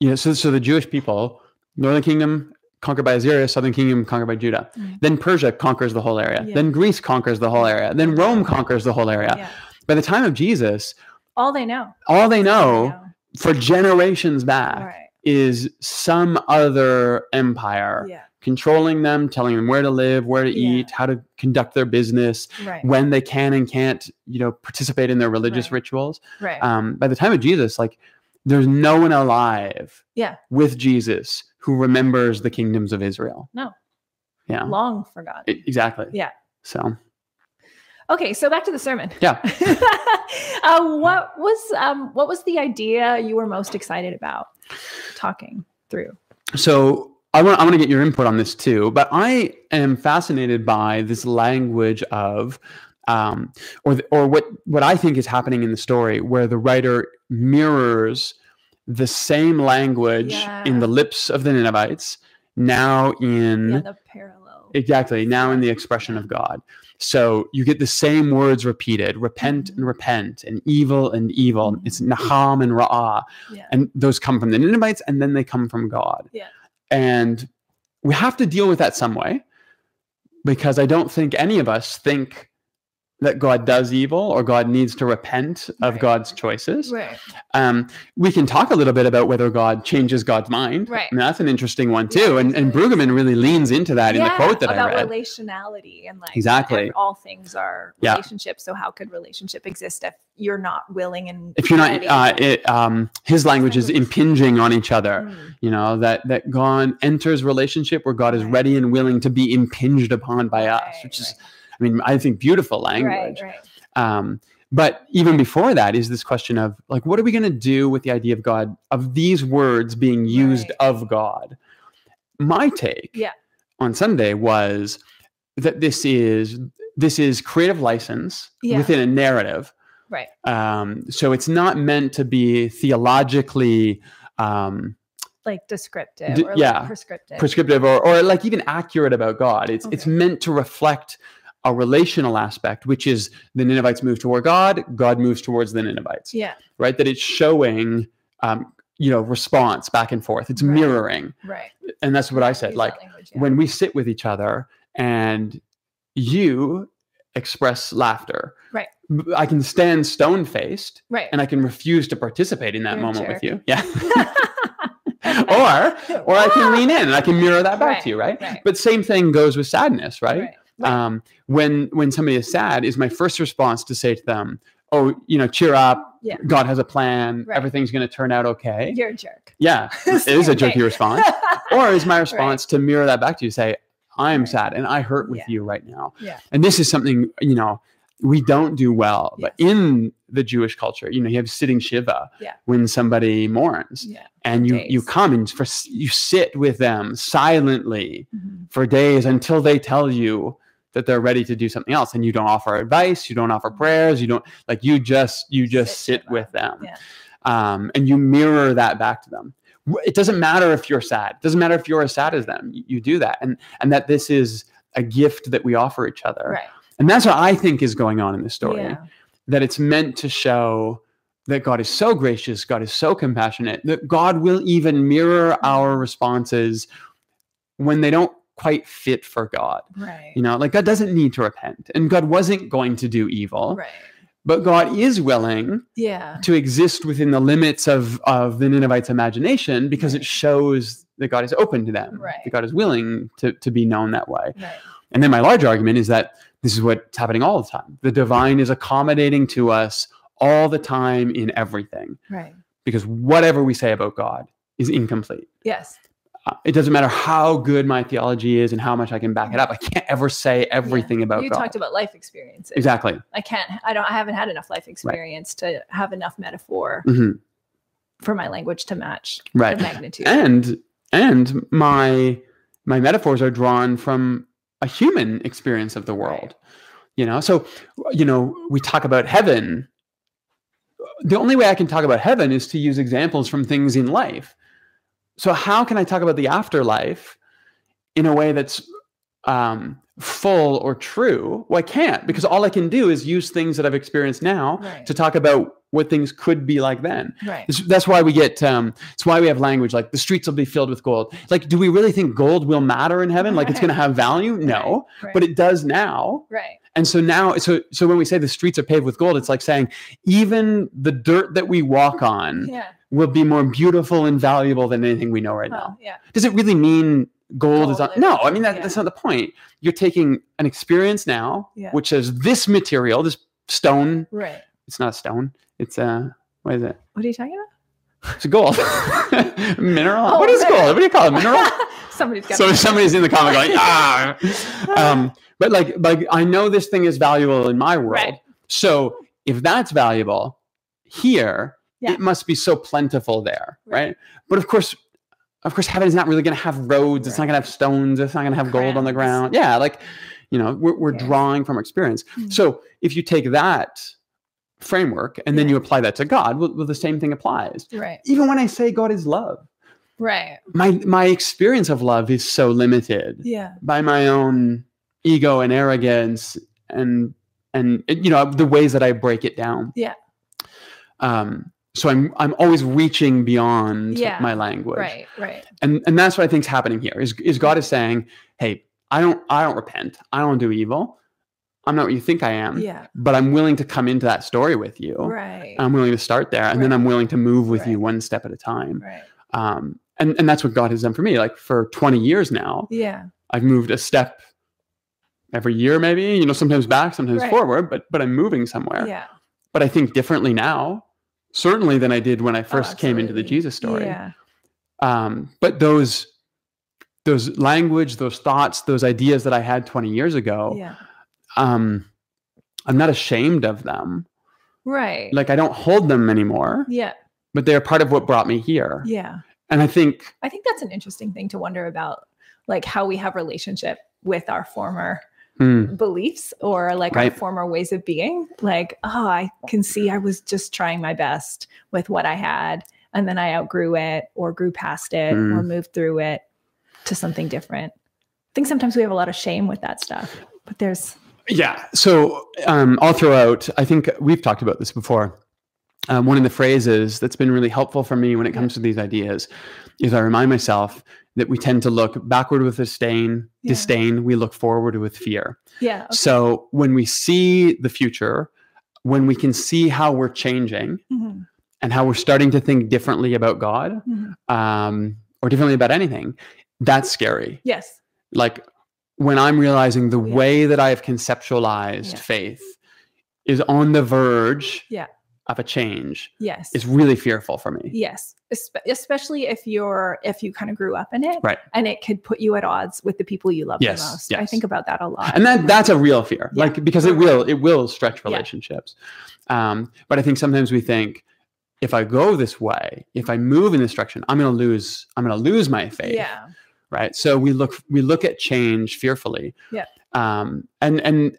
you know so, so the jewish people northern kingdom conquered by assyria southern kingdom conquered by judah
Mm.
then persia conquers the whole area
Yeah.
then greece conquers the whole area then rome conquers the whole area
Yeah.
by the time of jesus
All they know.
all they know
you know?
for generations back
Right.
is some other empire
Yeah.
controlling them, telling them where to live, where to
Yeah.
eat, how to conduct their business,
Right.
when they can and can't, you know, participate in their religious
Right.
rituals.
Right.
Um, by the time of Jesus, like there's no one alive
Yeah.
with Jesus who remembers the kingdoms of Israel.
No.
Yeah.
Long forgotten.
E- exactly.
Yeah.
So
Okay, so back to the sermon.
yeah.
[LAUGHS] uh, what was um, what was the idea you were most excited about talking through?
So I want I want to get your input on this too, but I am fascinated by this language of um, or the, or what what I think is happening in the story where the writer mirrors the same language in
Yeah.
the lips of the Ninevites now in
Yeah, the parallel.
Exactly. Now in the expression of God. So you get the same words repeated repent
Mm-hmm.
and repent, and evil and evil.
Mhm.
It's Naham and Ra'ah.
Yeah.
And those come from the Ninevites and then they come from God.
Yeah.
And we have to deal with that some way because I don't think any of us think that God does evil or God needs to repent of
Right.
God's choices.
Right.
Um, we can talk a little bit about whether God changes God's mind.
Right.
I mean, that's an interesting one
Yeah,
too. and and
absolutely.
Brueggemann really leans into that in the quote that I
about
read.
relationality and like
Exactly.
and all things are
Yeah.
relationships. So how could relationship exist if you're not willing and
if you're not,
ready?
uh, it, um, his language is impinging on each other.
Mm,
You know that that God enters relationship where God is
Right.
ready and willing to be impinged upon by us,
Right,
which is, I mean, I think beautiful language.
right, right,
Um, but even before that is this question of like, what are we going to do with the idea of God, of these words being used
Right.
of God? My take
Yeah.
on Sunday was that this is this is creative license
Yeah.
within a narrative.
right.
Um, so it's not meant to be theologically um,
Like descriptive
D-
or
yeah.
like prescriptive.
prescriptive or, or like even accurate about God. It's it's
Okay.
meant to reflect a relational aspect, which is the Ninevites move toward God, God moves towards the Ninevites,
yeah.
right? That it's showing, um, you know, response back and forth. It's
Right.
mirroring,
Right.
and that's what I said.
Use that
Like
language, yeah.
when we sit with each other and you express laughter,
Right.
b- I can stand stone faced
right.
and I can refuse to participate in that
You're a
moment with
jerk.
you.
[LAUGHS]
Yeah. [LAUGHS] or or I can lean in and I can mirror that back to you, right?
Ah, Right.
But same thing goes with sadness, right?
Right. Right.
Um, when when somebody is sad, is my first response to say to them, "Oh, you know, cheer up.
Yeah.
God has a plan.
Right.
Everything's going to turn out okay."
You're a jerk. [LAUGHS]
Yeah, it is a
Okay.
jerky response.
[LAUGHS]
Or is my response to mirror that back to you, say, "I'm
Right.
sad and I hurt with
Yeah.
you right now."
Yeah.
And this is something you know we don't do well, but in the Jewish culture, you know, you have sitting shiva
Yeah.
when somebody mourns,
yeah.
and you you
days.
come and for s- you sit with them silently
Mhm.
for days until they tell you that they're ready to do something else and you don't offer advice you don't offer prayers you don't like you just you just
Sit
sit,
with
with them
Yeah.
um, and you mirror that back to them W- it doesn't matter if you're sad it doesn't matter if you're as sad as them you, you do that and and that this is a gift that we offer each other
Right.
and that's what i think is going on in this story
Yeah.
that it's meant to show that God is so gracious, God is so compassionate, that God will even mirror our responses when they don't quite fit for God.
Right.
You know, like God doesn't need to repent and God wasn't going to do evil,
Right.
but God is willing
Yeah.
to exist within the limits of, of the Ninevites' imagination because
Right.
it shows that God is open to them,
Right.
that God is willing to, to be known that way.
Right.
And then my large argument is that this is what's happening all the time. The divine is accommodating to us all the time in everything
Right.
because whatever we say about God is incomplete.
Yes.
Uh, It doesn't matter how good my theology is and how much I can back it up. I can't ever say everything
Yeah.
about
you
God.
talked about life experiences.
exactly.
I can't. I don't. I haven't had enough life experience to have enough metaphor
hmm
for my language to match
Right.
the magnitude.
And and my my metaphors are drawn from a human experience of the world. You know, so you know, we talk about heaven. The only way I can talk about heaven is to use examples from things in life. So how can I talk about the afterlife in a way that's um, full or true? Well, I can't because all I can do is use things that I've experienced now
right.
to talk about what things could be like then.
right.
It's- that's why we get. Um, it's why we have language like the streets will be filled with gold. Like, do we really think gold will matter in heaven? Like, it's going to have value? No,
[LAUGHS] Right.
but it does now.
right.
And so now, so so when we say the streets are paved with gold, it's like saying even the dirt that we walk on
Yeah.
will be more beautiful and valuable than anything we know right now.
Well, yeah.
Does it really mean gold, is
Gold
on?
is-
No, I mean that,
yeah.
that's not the point. You're taking an experience now,
Yeah.
which is this material, this stone.
Right.
It's not a stone. It's a what is it?
What are you talking about?
It's gold. [LAUGHS] mineral?
Oh,
what is
mineral.
gold? What do you call
[LAUGHS]
it? Mineral?
Somebody's got.
so
to-
somebody's in the
[LAUGHS]
comment going, ah. Um, but like, like I know this thing is valuable in my world.
Right.
So if that's valuable here,
Yeah.
it must be so plentiful there,
Right.
right? But of course, of course, heaven is not really going to have roads. It's not
Right.
going to have stones. It's not going to have gold on the
Crowns.
ground. Yeah, like you know, we're, we're
Yes.
drawing from experience.
[LAUGHS] Mm.
So if you take that framework and then
Yeah.
you apply that to God, well, well, the same thing applies
right.
even when I say God is love,
Right.
my my experience of love is so limited
Yeah.
by my own ego and arrogance and and you know the ways that I break it down.
Yeah.
Um. So I'm I'm always reaching beyond
Yeah,
my language,
Right. Right.
and and that's what I think's happening here. Is is God is saying, hey, I don't I don't repent, I don't do evil, I'm not what you think I am,
Yeah.
but I'm willing to come into that story with you.
Right.
I'm willing to start there, and then
Right.
I'm willing to move with
Right.
you one step at a time
right.
um, and and that's what God has done for me. Like for 20 years now,
Yeah.
I've moved a step every year, maybe you know, sometimes back, sometimes
Right.
forward, but but I'm moving somewhere.
Yeah.
But I think differently now, certainly than I did when I first came into the
Oh, absolutely.
Jesus story.
Yeah.
Um, but those those language, those thoughts, those ideas that I had 20 years ago,
Yeah.
um, I'm not ashamed of them.
Right.
Like I don't hold them anymore,
yeah.
but they are part of what brought me here.
Yeah.
And I think
I think that's an interesting thing to wonder about, like how we have relationship with our former
hmm,
beliefs or like our
Right.
former ways of being. Like, oh, I can see I was just trying my best with what I had, and then I outgrew it, or grew past it, or
Mm.
moved through it to something different. I think sometimes we have a lot of shame with that stuff, but there's
Yeah. So um, I'll throw out, I think we've talked about this before. Um, one of the phrases that's been really helpful for me when it comes to these ideas is I remind myself that we tend to look backward with disdain,
Yeah.
disdain, we look forward with fear.
yeah, okay.
So when we see the future, when we can see how we're changing
Mhm,
and how we're starting to think differently about God
mhm.
um, or differently about anything, that's scary.
yes,
Like when I'm realizing the
Yeah.
way that I have conceptualized
Yeah.
faith is on the verge
Yeah.
of a change
Yes.
is really fearful for me.
yes. Espe- especially if you're if you kind of grew up in it.
Right.
And it could put you at odds with the people you love
Yes,
the most. I
yes.
think about that a lot.
And that that's a real fear.
Yeah.
Like because it will it will stretch
Yeah.
relationships. Um, but I think sometimes we think if I go this way, if I move in this direction, I'm gonna lose I'm gonna lose my faith.
Yeah.
right so we look we look at change fearfully
Yeah.
um and and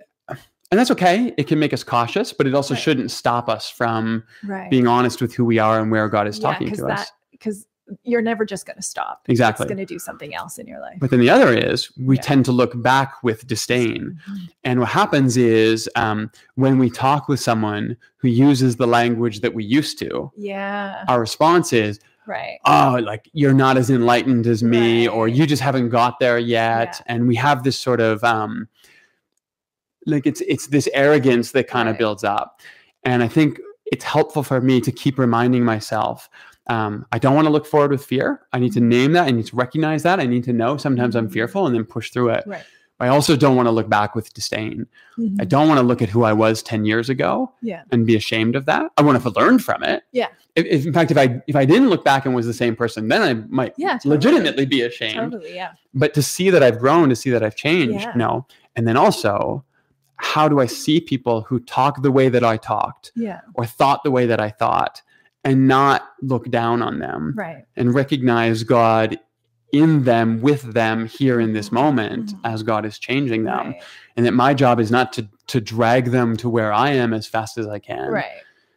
and that's okay it can make us cautious but it also
Right.
shouldn't stop us from
Right.
being honest with who we are and where god is
Yeah,
talking
'cause
to
that-
us
Because you're never just going to stop.
Exactly.
It's going to do something else in your life.
but then the other is we
Yeah.
tend to look back with disdain
Mhm.
and what happens is um, when we talk with someone who uses the language that we used to
Yeah.
our response is
Right.
oh like you're not as enlightened as me or
Right.
you just haven't got there yet and we have this sort of um like it's it's this arrogance that kind of
Right.
builds up and i think it's helpful for me to keep reminding myself um, i don't want to look forward with fear i
Mm-hmm.
need to name that i need to recognize that i need to know sometimes i'm
Mhm.
fearful and then push through it
Right.
i also don't want to look back with disdain i
Mhm.
don't want to look at who i was 10 years ago
Yeah.
and be ashamed of that. I want to learn from it.
Yeah.
If, if- in fact, if I if I didn't look back and was the same person, then I might
Yeah. totally.
legitimately be ashamed.
Totally. Yeah.
But to see that I've grown, to see that I've changed,
Yeah.
no. And then also, how do I see people who talk the way that I talked
Yeah.
or thought the way that I thought, and not look down on them
Right.
and recognize God in them, with them, here in this
Mhm.
moment
Mhm.
as God is changing them,
Right.
and that my job is not to to drag them to where I am as fast as I can.
Right.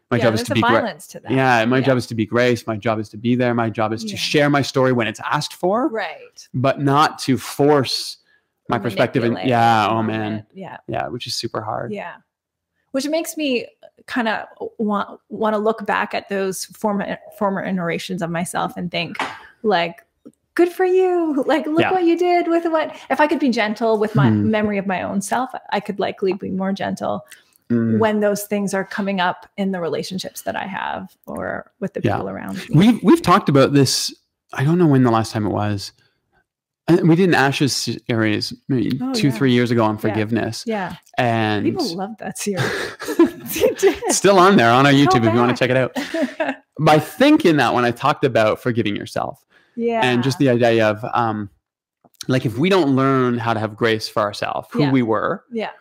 My
yeah,
job is
there's
to
a
be gra-
violence to that.
yeah, my
Yeah.
job is to be grace. My job is to be there. My job is to
Yeah.
share my story when it's asked for,
Right.
but not to force my perspective. And
Manipulate
yeah,
the
oh
moment.
man,
Yeah.
yeah, which is super hard.
Yeah. Which makes me kind of want want to look back at those former former iterations of myself and think like good for you like look
Yeah.
what you did with what if i could be gentle with my
Hmm.
memory of my own self i could likely be more gentle
Mm.
when those things are coming up in the relationships that i have or with the
Yeah.
people around me
We've we've talked about this. I don't know when the last time it was. I- We did an Ashes series maybe two,
Oh, yeah.
three years ago on
Yeah.
forgiveness,
yeah
and [LAUGHS]
people love that series [LAUGHS] They did.
it's still on there on our
Go
YouTube if you want
back.
to check it out. But I think in that one I talked about forgiving yourself.
[LAUGHS] yeah
and just the idea of um like if we don't learn how to have grace for ourselves who
Yeah.
we were
yeah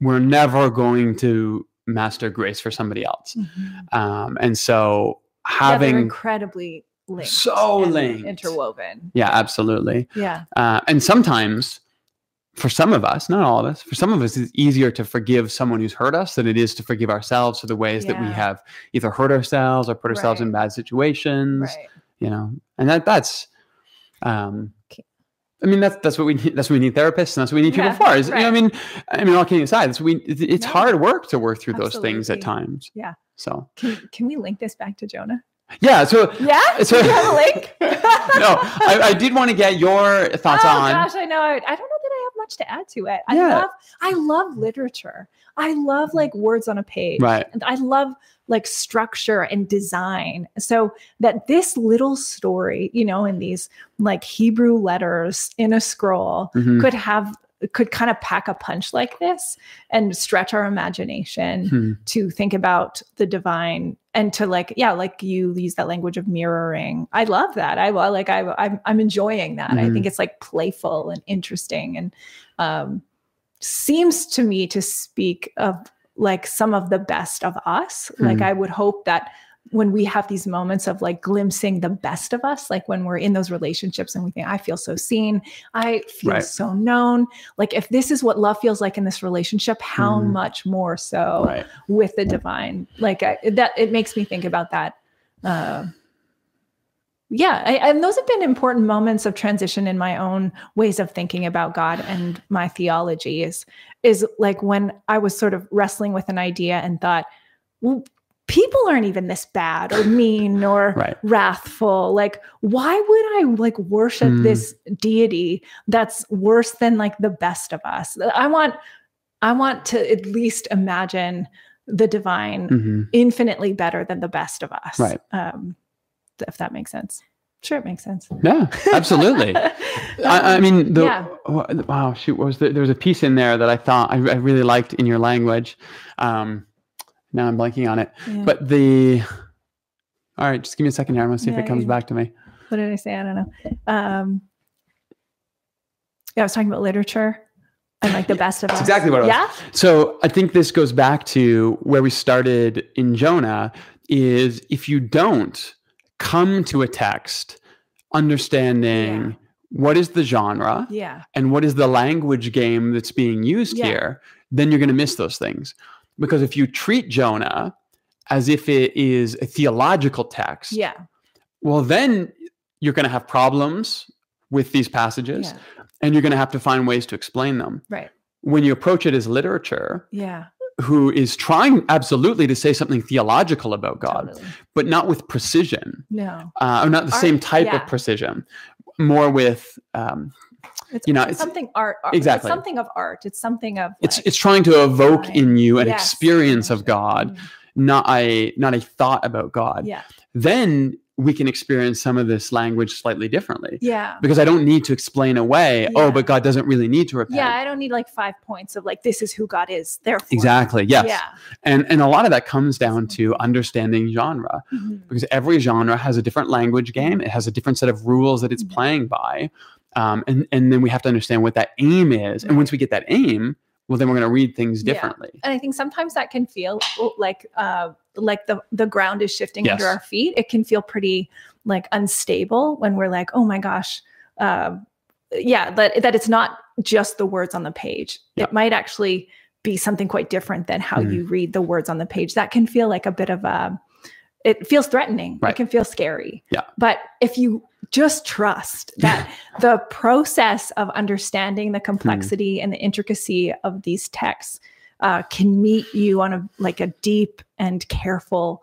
we're never going to master grace for somebody else
Mm-hmm.
um and so
Yeah, they're
having
incredibly linked,
So
and
linked.
interwoven.
yeah absolutely
Yeah,
uh, and sometimes for some of us not all of us for some of us it's easier to forgive someone who's hurt us than it is to forgive ourselves for the ways that we
Yeah.
have either hurt ourselves or put ourselves
Right.
in bad situations
right.
you know and that that's um
Okay.
i mean that's that's what we need that's what we need therapists and that's what we need
Yeah,
people for is you know, i
right.
mean i mean all kidding aside it's we it's, it's
No,
hard work to work through those things at
absolutely.
times
Yeah.
so
Can can we link this back to Jonah?
yeah so [LAUGHS]
Yeah,
So-
Do you have a link?
[LAUGHS] no
[LAUGHS]
I, I did want to get your thoughts
oh
on
gosh, I know. I, I don't know that I have much to add to it. I
Yeah.
love, I love literature. I love like words on a page.
right
And I love like structure and design. So that this little story, you know, in these like Hebrew letters in a scroll,
Mhm.
could have could kind of pack a punch like this and stretch our imagination
Hmm.
to think about the divine and to like yeah like you use that language of mirroring i love that i well, like I, i'm i'm enjoying that i
Mhm.
think it's like playful and interesting and um seems to me to speak of like some of the best of us like
Hmm.
i would hope that when we have these moments of like glimpsing the best of us like when we're in those relationships and we think i feel so seen i feel
Right.
so known like if this is what love feels like in this relationship how
Mhm.
much more so
right
with the divine like I, that it makes me think about that uh, yeah I, and those have been important moments of transition in my own ways of thinking about god and my theology is is like when i was sort of wrestling with an idea and thought well people aren't even this bad or mean or
right
wrathful like why would i like worship
Hmm.
this deity that's worse than like the best of us i want i want to at least imagine the divine
hmm
infinitely better than the best of us
Right.
um if that makes sense Sure, it makes sense.
Yeah,
[LAUGHS]
absolutely. I, I mean, the,
Yeah.
wow, shoot, what was the, there was a piece in there that I thought I, I really liked in your language. Um, now I'm blanking on it,
Yeah.
but the. All right, just give me a second here. I'm gonna see if
Yeah,
it comes
you-
back to me.
what did I say? I don't know. Um, yeah, I was talking about literature and like the best of
That's
us.
exactly what it was.
Yeah.
So I think this goes back to where we started in Jonah is if you don't come to a text understanding
Yeah.
what is the genre
Yeah.
and what is the language game that's being used
Yeah.
here, then you're going to miss those things. Because if you treat Jonah as if it is a theological text,
Yeah.
well, then you're going to have problems with these passages
Yeah.
and you're going to have to find ways to explain them.
Right.
When you approach it as literature,
Yeah.
who is trying absolutely to say something theological about God,
Totally.
but not with precision,
No.
uh, or not the
Art,
same type
yeah.
of precision, more with um,
It's,
You know,
it's
it's-
something art, art.
exactly.
It's something of art. It's something of.
it's
like-
it's trying to evoke
Right.
in you an
Yes.
experience of God,
Mm.
not a not a thought about God.
Yeah.
Then we can experience some of this language slightly differently
Yeah.
because I don't need to explain away.
Yeah.
Oh, but God doesn't really need to repent.
Yeah. I don't need like five points of like, this is who God is. Therefore.
Exactly. Yes.
Yeah.
And and a lot of that comes down to understanding genre.
Mhm.
because every genre has a different language game. It has a different set of rules that it's
Mhm.
playing by. Um, and, and then we have to understand what that aim is. And once we get that aim, well, then we're going to read things
Yeah.
differently.
And I think sometimes that can feel like uh, like the the ground is shifting
Yes.
under our feet. It can feel pretty like unstable when we're like, oh my gosh, uh, yeah, that that it's not just the words on the page.
Yeah.
It might actually be something quite different than how
Mhm.
you read the words on the page. That can feel like a bit of a it feels threatening.
Right.
It can feel scary.
Yeah.
But if you just
[LAUGHS]
trust that the process of understanding the
Hmm.
complexity and the intricacy of these texts uh, can meet you on a like a deep and careful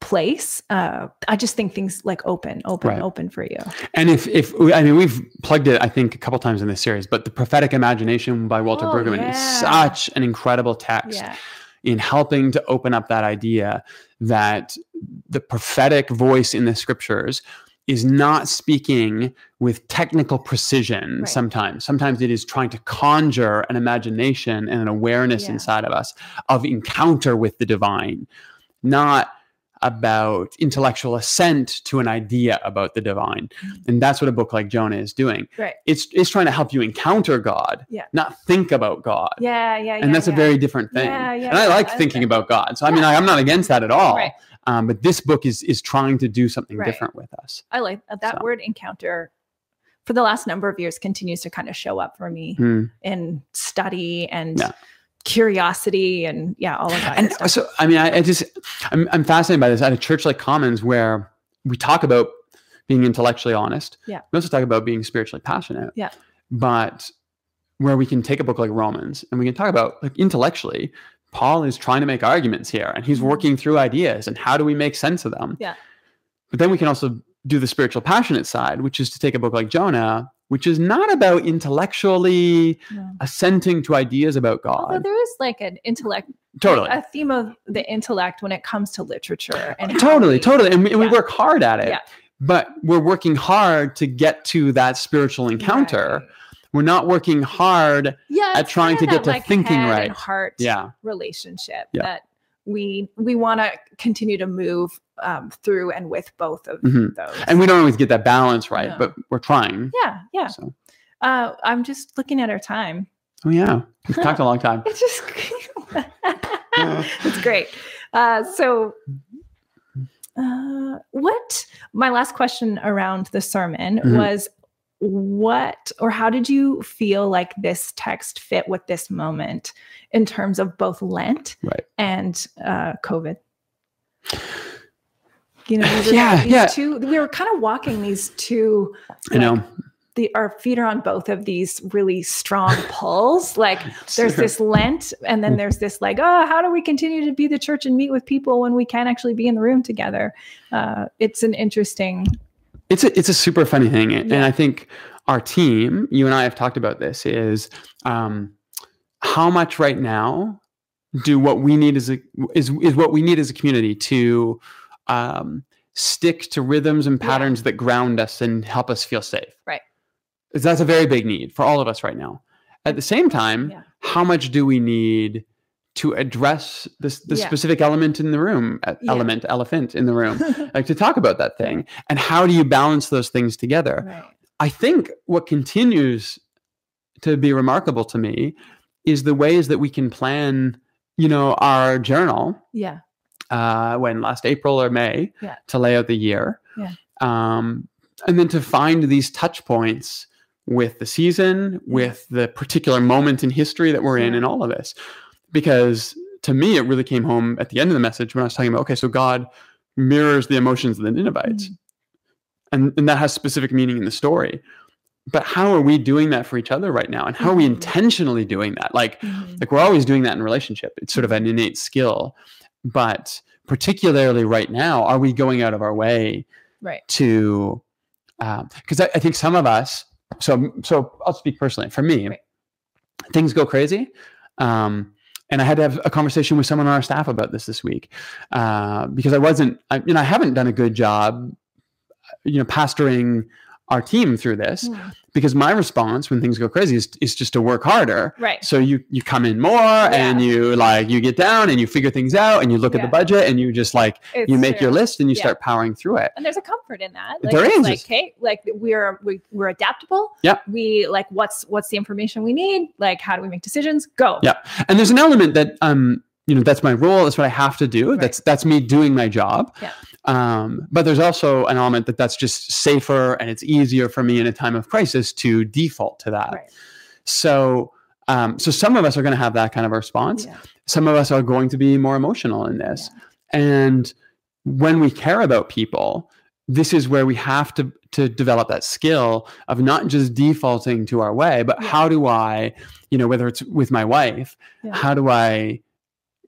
place uh, i just think things like open open
Right.
open for you
And if, if we- I mean, we've plugged it, I think, a couple times in this series, but The Prophetic Imagination by Walter
Oh,
Brueggemann
yeah.
is such an incredible text
yeah
in helping to open up that idea that the prophetic voice in the scriptures is not speaking with technical precision
Right.
sometimes. Sometimes it is trying to conjure an imagination and an awareness
Yeah.
inside of us of encounter with the divine, not about intellectual assent to an idea about the divine.
Mhm.
And that's what a book like Jonah is doing.
Right.
It's it's trying to help you encounter God,
Yeah.
not think about God
yeah yeah
and
yeah,
that's a
yeah.
very different thing.
Yeah, yeah,
and I
yeah,
like
I
thinking
like-
about God, so I mean, I, I'm not against that at all.
Right.
Um, but this book is is trying to do something
Right.
different with us.
i like uh, that
So.
word encounter for the last number of years continues to kind of show up for me
Hmm.
in study and
Yeah.
curiosity and yeah all of that
And
stuff.
so, I mean, I, I just I'm, I'm fascinated by this at a church like Commons where we talk about being intellectually honest.
Yeah.
We also talk about being spiritually passionate.
Yeah.
But where we can take a book like Romans and we can talk about like intellectually, Paul is trying to make arguments here and he's
Mhm.
working through ideas and how do we make sense of them?
Yeah.
But then we can also do the spiritual passionate side, which is to take a book like Jonah, which is not about intellectually
No.
assenting to ideas about
although
God.
there is like an intellect
Totally.
a theme of the intellect when it comes to literature and how
totally
we-
totally and we, and we
Yeah.
work hard at it
Yeah.
but we're working hard to get to that spiritual encounter
Right.
we're not working hard
yeah
at
it's
trying
kinda
to get
that,
to thinking
head
right.
and heart
yeah
relationship
Yeah.
that we we want to continue to move um, through and with both of
Mhm.
those
and we don't always get that balance right
No.
but we're trying
yeah yeah
so
uh, i'm just looking at our time
oh yeah we've talked a long time
it's just
[LAUGHS]
it's great uh, so uh, what my last question around the sermon
Mhm.
was what or how did you feel like this text fit with this moment in terms of both lent
Right.
and uh, covid you know these are
Yeah,
these
yeah.
two we were kind of walking these two
i know
the our feet are on both of these really strong pulls like there's this Lent, and
Hmm.
then there's this like, oh, how do we continue to be the church and meet with people when we can't actually be in the room together? Uh, it's an
[LAUGHS]
interesting,
it's a, it's a super funny thing and
Yeah.
i think our team you and i have talked about this is um, how much right now do what we need as a is is what we need as a community to um, stick to rhythms and
Yeah.
patterns that ground us and help us feel safe.
Right.
'Cause That's a very big need for all of us right now. At the same time,
Yeah.
how much do we need to address this the
Yeah.
specific element in the room, e-
Yeah.
element, elephant in the room, like to talk about that thing? And how do you balance those things together?
right.
I think what continues to be remarkable to me is the ways that we can plan, you know, our journal
Yeah.
uh, when last April or May
Yeah.
to lay out the year.
Yeah.
Um, and then to find these touch points with the season, with the particular moment in history that we're in,
Yeah.
and all of this. Because to me, it really came home at the end of the message when I was talking about, okay, so God mirrors the emotions of the Ninevites.
Mm-hmm.
And, and that has specific meaning in the story. But how are we doing that for each other right now? And how are we
Mhm.
intentionally doing that? Like,
Mhm.
like we're always doing that in relationship it's sort of an innate skill but particularly right now are we going out of our way
Right.
to because I, I think some of us so so i'll speak personally for me
Right.
things go crazy um, and i had to have a conversation with someone on our staff about this this week uh, because i wasn't I, you know i haven't done a good job you know pastoring our team through this
Mhm.
because my response when things go crazy is, is just to work harder
Right.
so you you come in more and you like you get down and you figure things out and you look at the
Yeah.
budget and you just like
It's
you make your
true.
list and you
Yeah.
start powering through it.
and there's a comfort in that.
There
it's
is.
Like, hey, like we're we, we're adaptable.
Yep.
We like what's what's the information we need? Like, how do we make decisions? Go.
Yep. And there's an element that um you know that's my role, that's what I have to do.
Right.
That's that's me doing my job.
Yeah.
Um but there's also an element that that's just safer and it's easier for me in a time of crisis to default to that.
Right.
So um so some of us are going to have that kind of response.
Yeah.
some of us are going to be more emotional in this and when we care about people this is where we have to to develop that skill of not just defaulting to our way but
Yeah.
how do i you know whether it's with my wife
Yeah.
how do i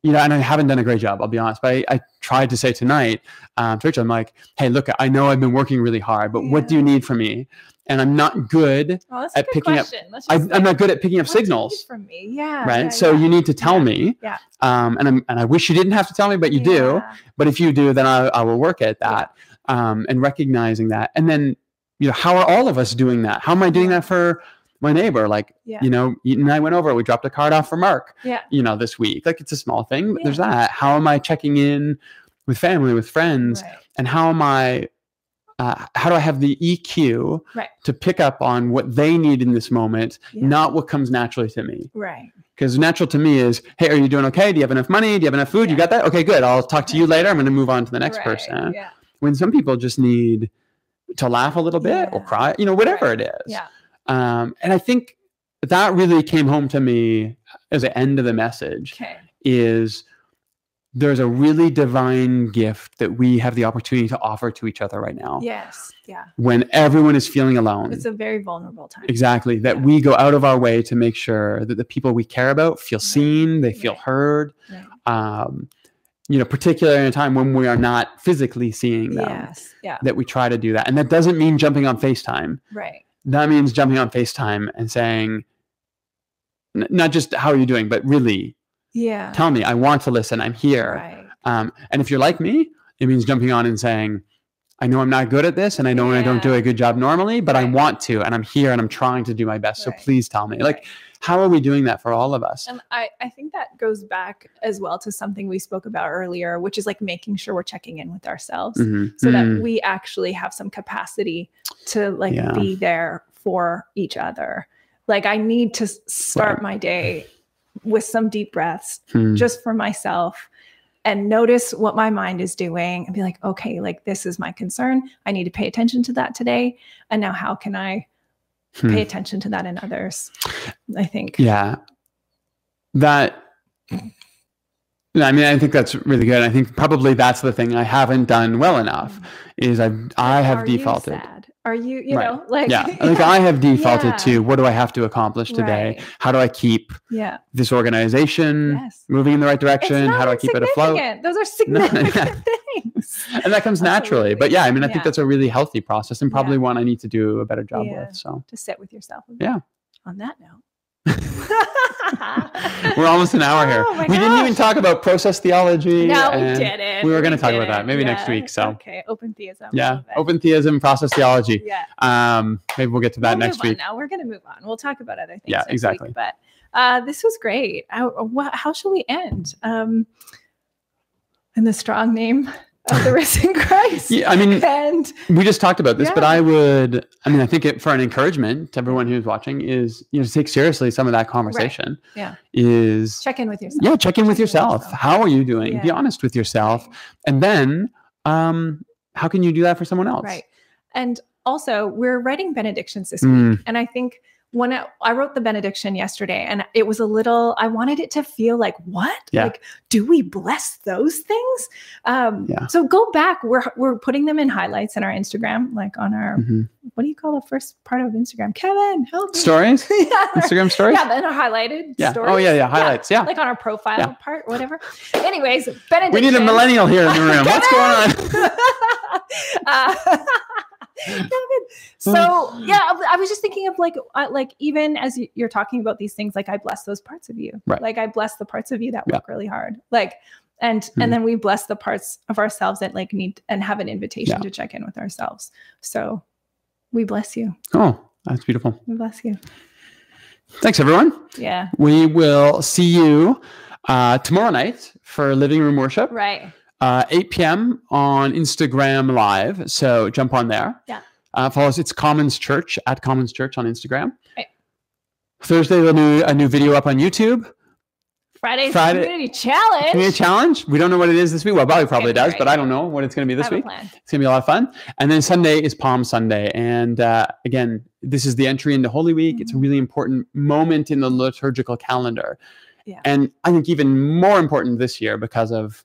you know and i haven't done a great job i'll be honest but i, I tried to say tonight um, to rachel i'm like hey look i know i've been working really hard but what do you need from me and i'm not good
Oh, that's a
At
good
picking up-
question. Let's
I,
just, like,
i'm not good at picking up
what do you need
signals
from me. Yeah.
right?
yeah,
so
yeah.
you need to tell
Yeah.
me.
Yeah.
Um, and I'm, and I wish you didn't have to tell me, but you do.
Yeah.
But if you do, then I, I will work at that. Um, and recognizing that, and then you know, how are all of us doing that? How am I doing
Yeah.
that for my neighbor? Like,
Yeah.
you know, Eaton and I went over. We dropped a card off for Mark.
Yeah.
You know, this week. Like, it's a small thing, but there's that. How am I checking in with family, with friends,
Right.
and how am I? Uh, how do I have the EQ
Right.
to pick up on what they need in this moment,
Yeah.
not what comes naturally to me?
Right.
Because natural to me is, hey, are you doing okay? Do you have enough money? Do you have enough food? You
Yeah.
got that? Okay, good. I'll talk to you later. I'm going to move on to the next
right,
person.
Yeah.
When some people just need to laugh a little bit or
Yeah.
cry, you know, whatever
Right.
it is.
Yeah.
Um, and I think that really came home to me as the end of the message
Okay.
is there's a really divine gift that we have the opportunity to offer to each other right now
Yes. Yeah.
when everyone is feeling alone.
It's a very vulnerable time.
Exactly. That
Yeah.
we go out of our way to make sure that the people we care about feel seen, they feel
Right.
heard.
Right.
Um, you know, particularly in a time when we are not physically seeing them,
Yes. Yeah.
that we try to do that. And that doesn't mean jumping on FaceTime.
Right.
That means jumping on FaceTime and saying, n- not just how are you doing, but really
Yeah.
tell me, I want to listen, I'm here.
Uh-huh. Right.
Um, and if you're like me, it means jumping on and saying, I know I'm not good at this and I know I don't do
Yeah.
a good job normally, but I
Right.
want to and I'm here and I'm trying to do my best.
Right.
So please tell me. Like,
Right.
how are we doing that for all of us?
And I, I think that goes back as well to something we spoke about earlier, which is like making sure we're checking in with ourselves
Mhm.
so that
Mm.
we actually have some capacity to like
Yeah.
be there for each other. Like I need to s- start
Right.
my day with some deep breaths
Hmm.
just for myself and notice what my mind is doing and be like, okay, like this is my concern. I need to pay attention to that today. And now how can I
Hmm.
pay attention to that in others? I think.
Yeah. That No, I mean, I think that's really good. I think probably that's the thing I haven't done well enough is I've I have
Um, are You
defaulted.
sad? Are you, you
Right.
know, like, [LAUGHS]
Yeah. Like I have defaulted
Yeah.
to what do I have to accomplish today?
Right.
How do I keep
yeah,
this organization
yes.
moving in the right
It's
direction?
not
How do I keep it afloat?
insignificant. Those are
[LAUGHS] No,
significant things.
and that comes naturally. But
Absolutely.
yeah, I mean, I
Yeah.
think that's a really healthy process and
Yeah.
probably one I need to do a better job
Yeah.
with. So
To sit with yourself. a bit.
Yeah.
On that note,
[LAUGHS]
[LAUGHS]
We're almost an hour here.
Oh my
we didn't
gosh.
even talk about process theology.
no, we
and-
didn't.
we were gonna talk about that
didn't.
maybe next week, so.
okay, open theism.
Yeah,
Love it.
open theism, process theology.
Yeah,
Um, maybe we'll get to
We'll
that next
move on
week.
Now we're gonna move on. We'll talk about other things.
Yeah,
next week,
exactly.
but uh, this was great. How, wha- how shall we end? Um, in the strong name of
[LAUGHS]
the risen Christ.
Yeah,
[LAUGHS]
I mean,
And
we just talked about this, but
Yeah.
I would, I mean, I think it, for an encouragement to everyone who's watching is, you know, to take seriously some of that conversation.
Yeah.
Is
check in with yourself.
yeah, check in with yourself. How are you doing? Be
Yeah.
honest with yourself, and then, um, how can you do that for someone else?
Right. And also, we're writing benedictions this
Mm,
And I think when I, I wrote the benediction yesterday, and it was a little, I wanted it to feel like, what?
Yeah.
Like, do we bless those things? Um,
Yeah.
So go back. We're, we're putting them in highlights in our Instagram, like on our, [LAUGHS]
mhm.
what do you call the first part of Instagram? Kevin, help me.
Stories,
[LAUGHS] yeah.
Instagram stories.
Yeah, then our highlighted
Yeah.
stories.
Oh yeah, yeah. Highlights. Yeah.
Like on our profile
Yeah.
part, whatever. Anyways, benediction.
we need a millennial here in
[LAUGHS]
the room. What's going on?
Uh, [LAUGHS] Kevin.
[SIGHS]
So yeah, I I was just thinking of like, uh, like even as you- you're talking about these things, like I bless those parts of you.
Right.
Like I bless the parts of you that
Yeah.
work really hard. Like, and
Mhm.
and then we bless the parts of ourselves that like need and have an invitation
Yeah.
to check in with ourselves. So we bless you.
Oh, that's beautiful.
We bless you.
Thanks, everyone.
Yeah.
We will see you uh, tomorrow night for Living Room Worship,
Right.
uh, 8 p.m. on Instagram Live. So jump on there.
Yeah.
Uh, follow us. It's Commons Church at Commons Church on Instagram.
Right.
Thursday, there'll be a new video up on YouTube.
Friday's
Friday-
community challenge.
Community challenge. We don't know what it is this week. Well, Bobby probably
Gonna be
does, but
great.
I don't know what it's going to be
I
this
have a
week.
plan.
It's gonna be a lot of fun. And then Sunday is Palm Sunday, and uh, again, this is the entry into Holy Week. It's a
Mm-hmm.
really important moment in the liturgical calendar,
Yeah.
and I think even more important this year because of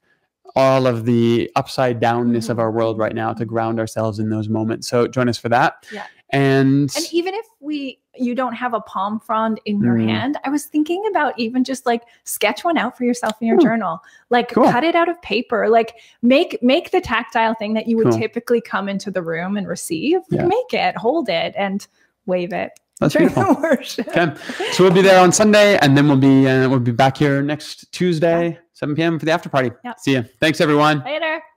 all of the upside downness
Mm-hmm.
of our world right now. To ground ourselves in those moments, so join us for that.
Yeah.
And,
And even if we you don't have a palm frond in your
Mm.
hand, I was thinking about even just like sketch one out for yourself in your
Ooh.
journal. Like
Hmm. Cool.
cut it out of paper. Like make make the tactile thing that you would
Cool.
typically come into the room and receive. Like,
Yeah.
Make it, hold it, and wave it
that's
during
beautiful.
the [LAUGHS] worship.
Okay. So we'll be there on Sunday, and then we'll be uh, we'll be back here next Tuesday, 7 p.m. for the after party.
Yeah.
See you. Thanks, everyone.
Later.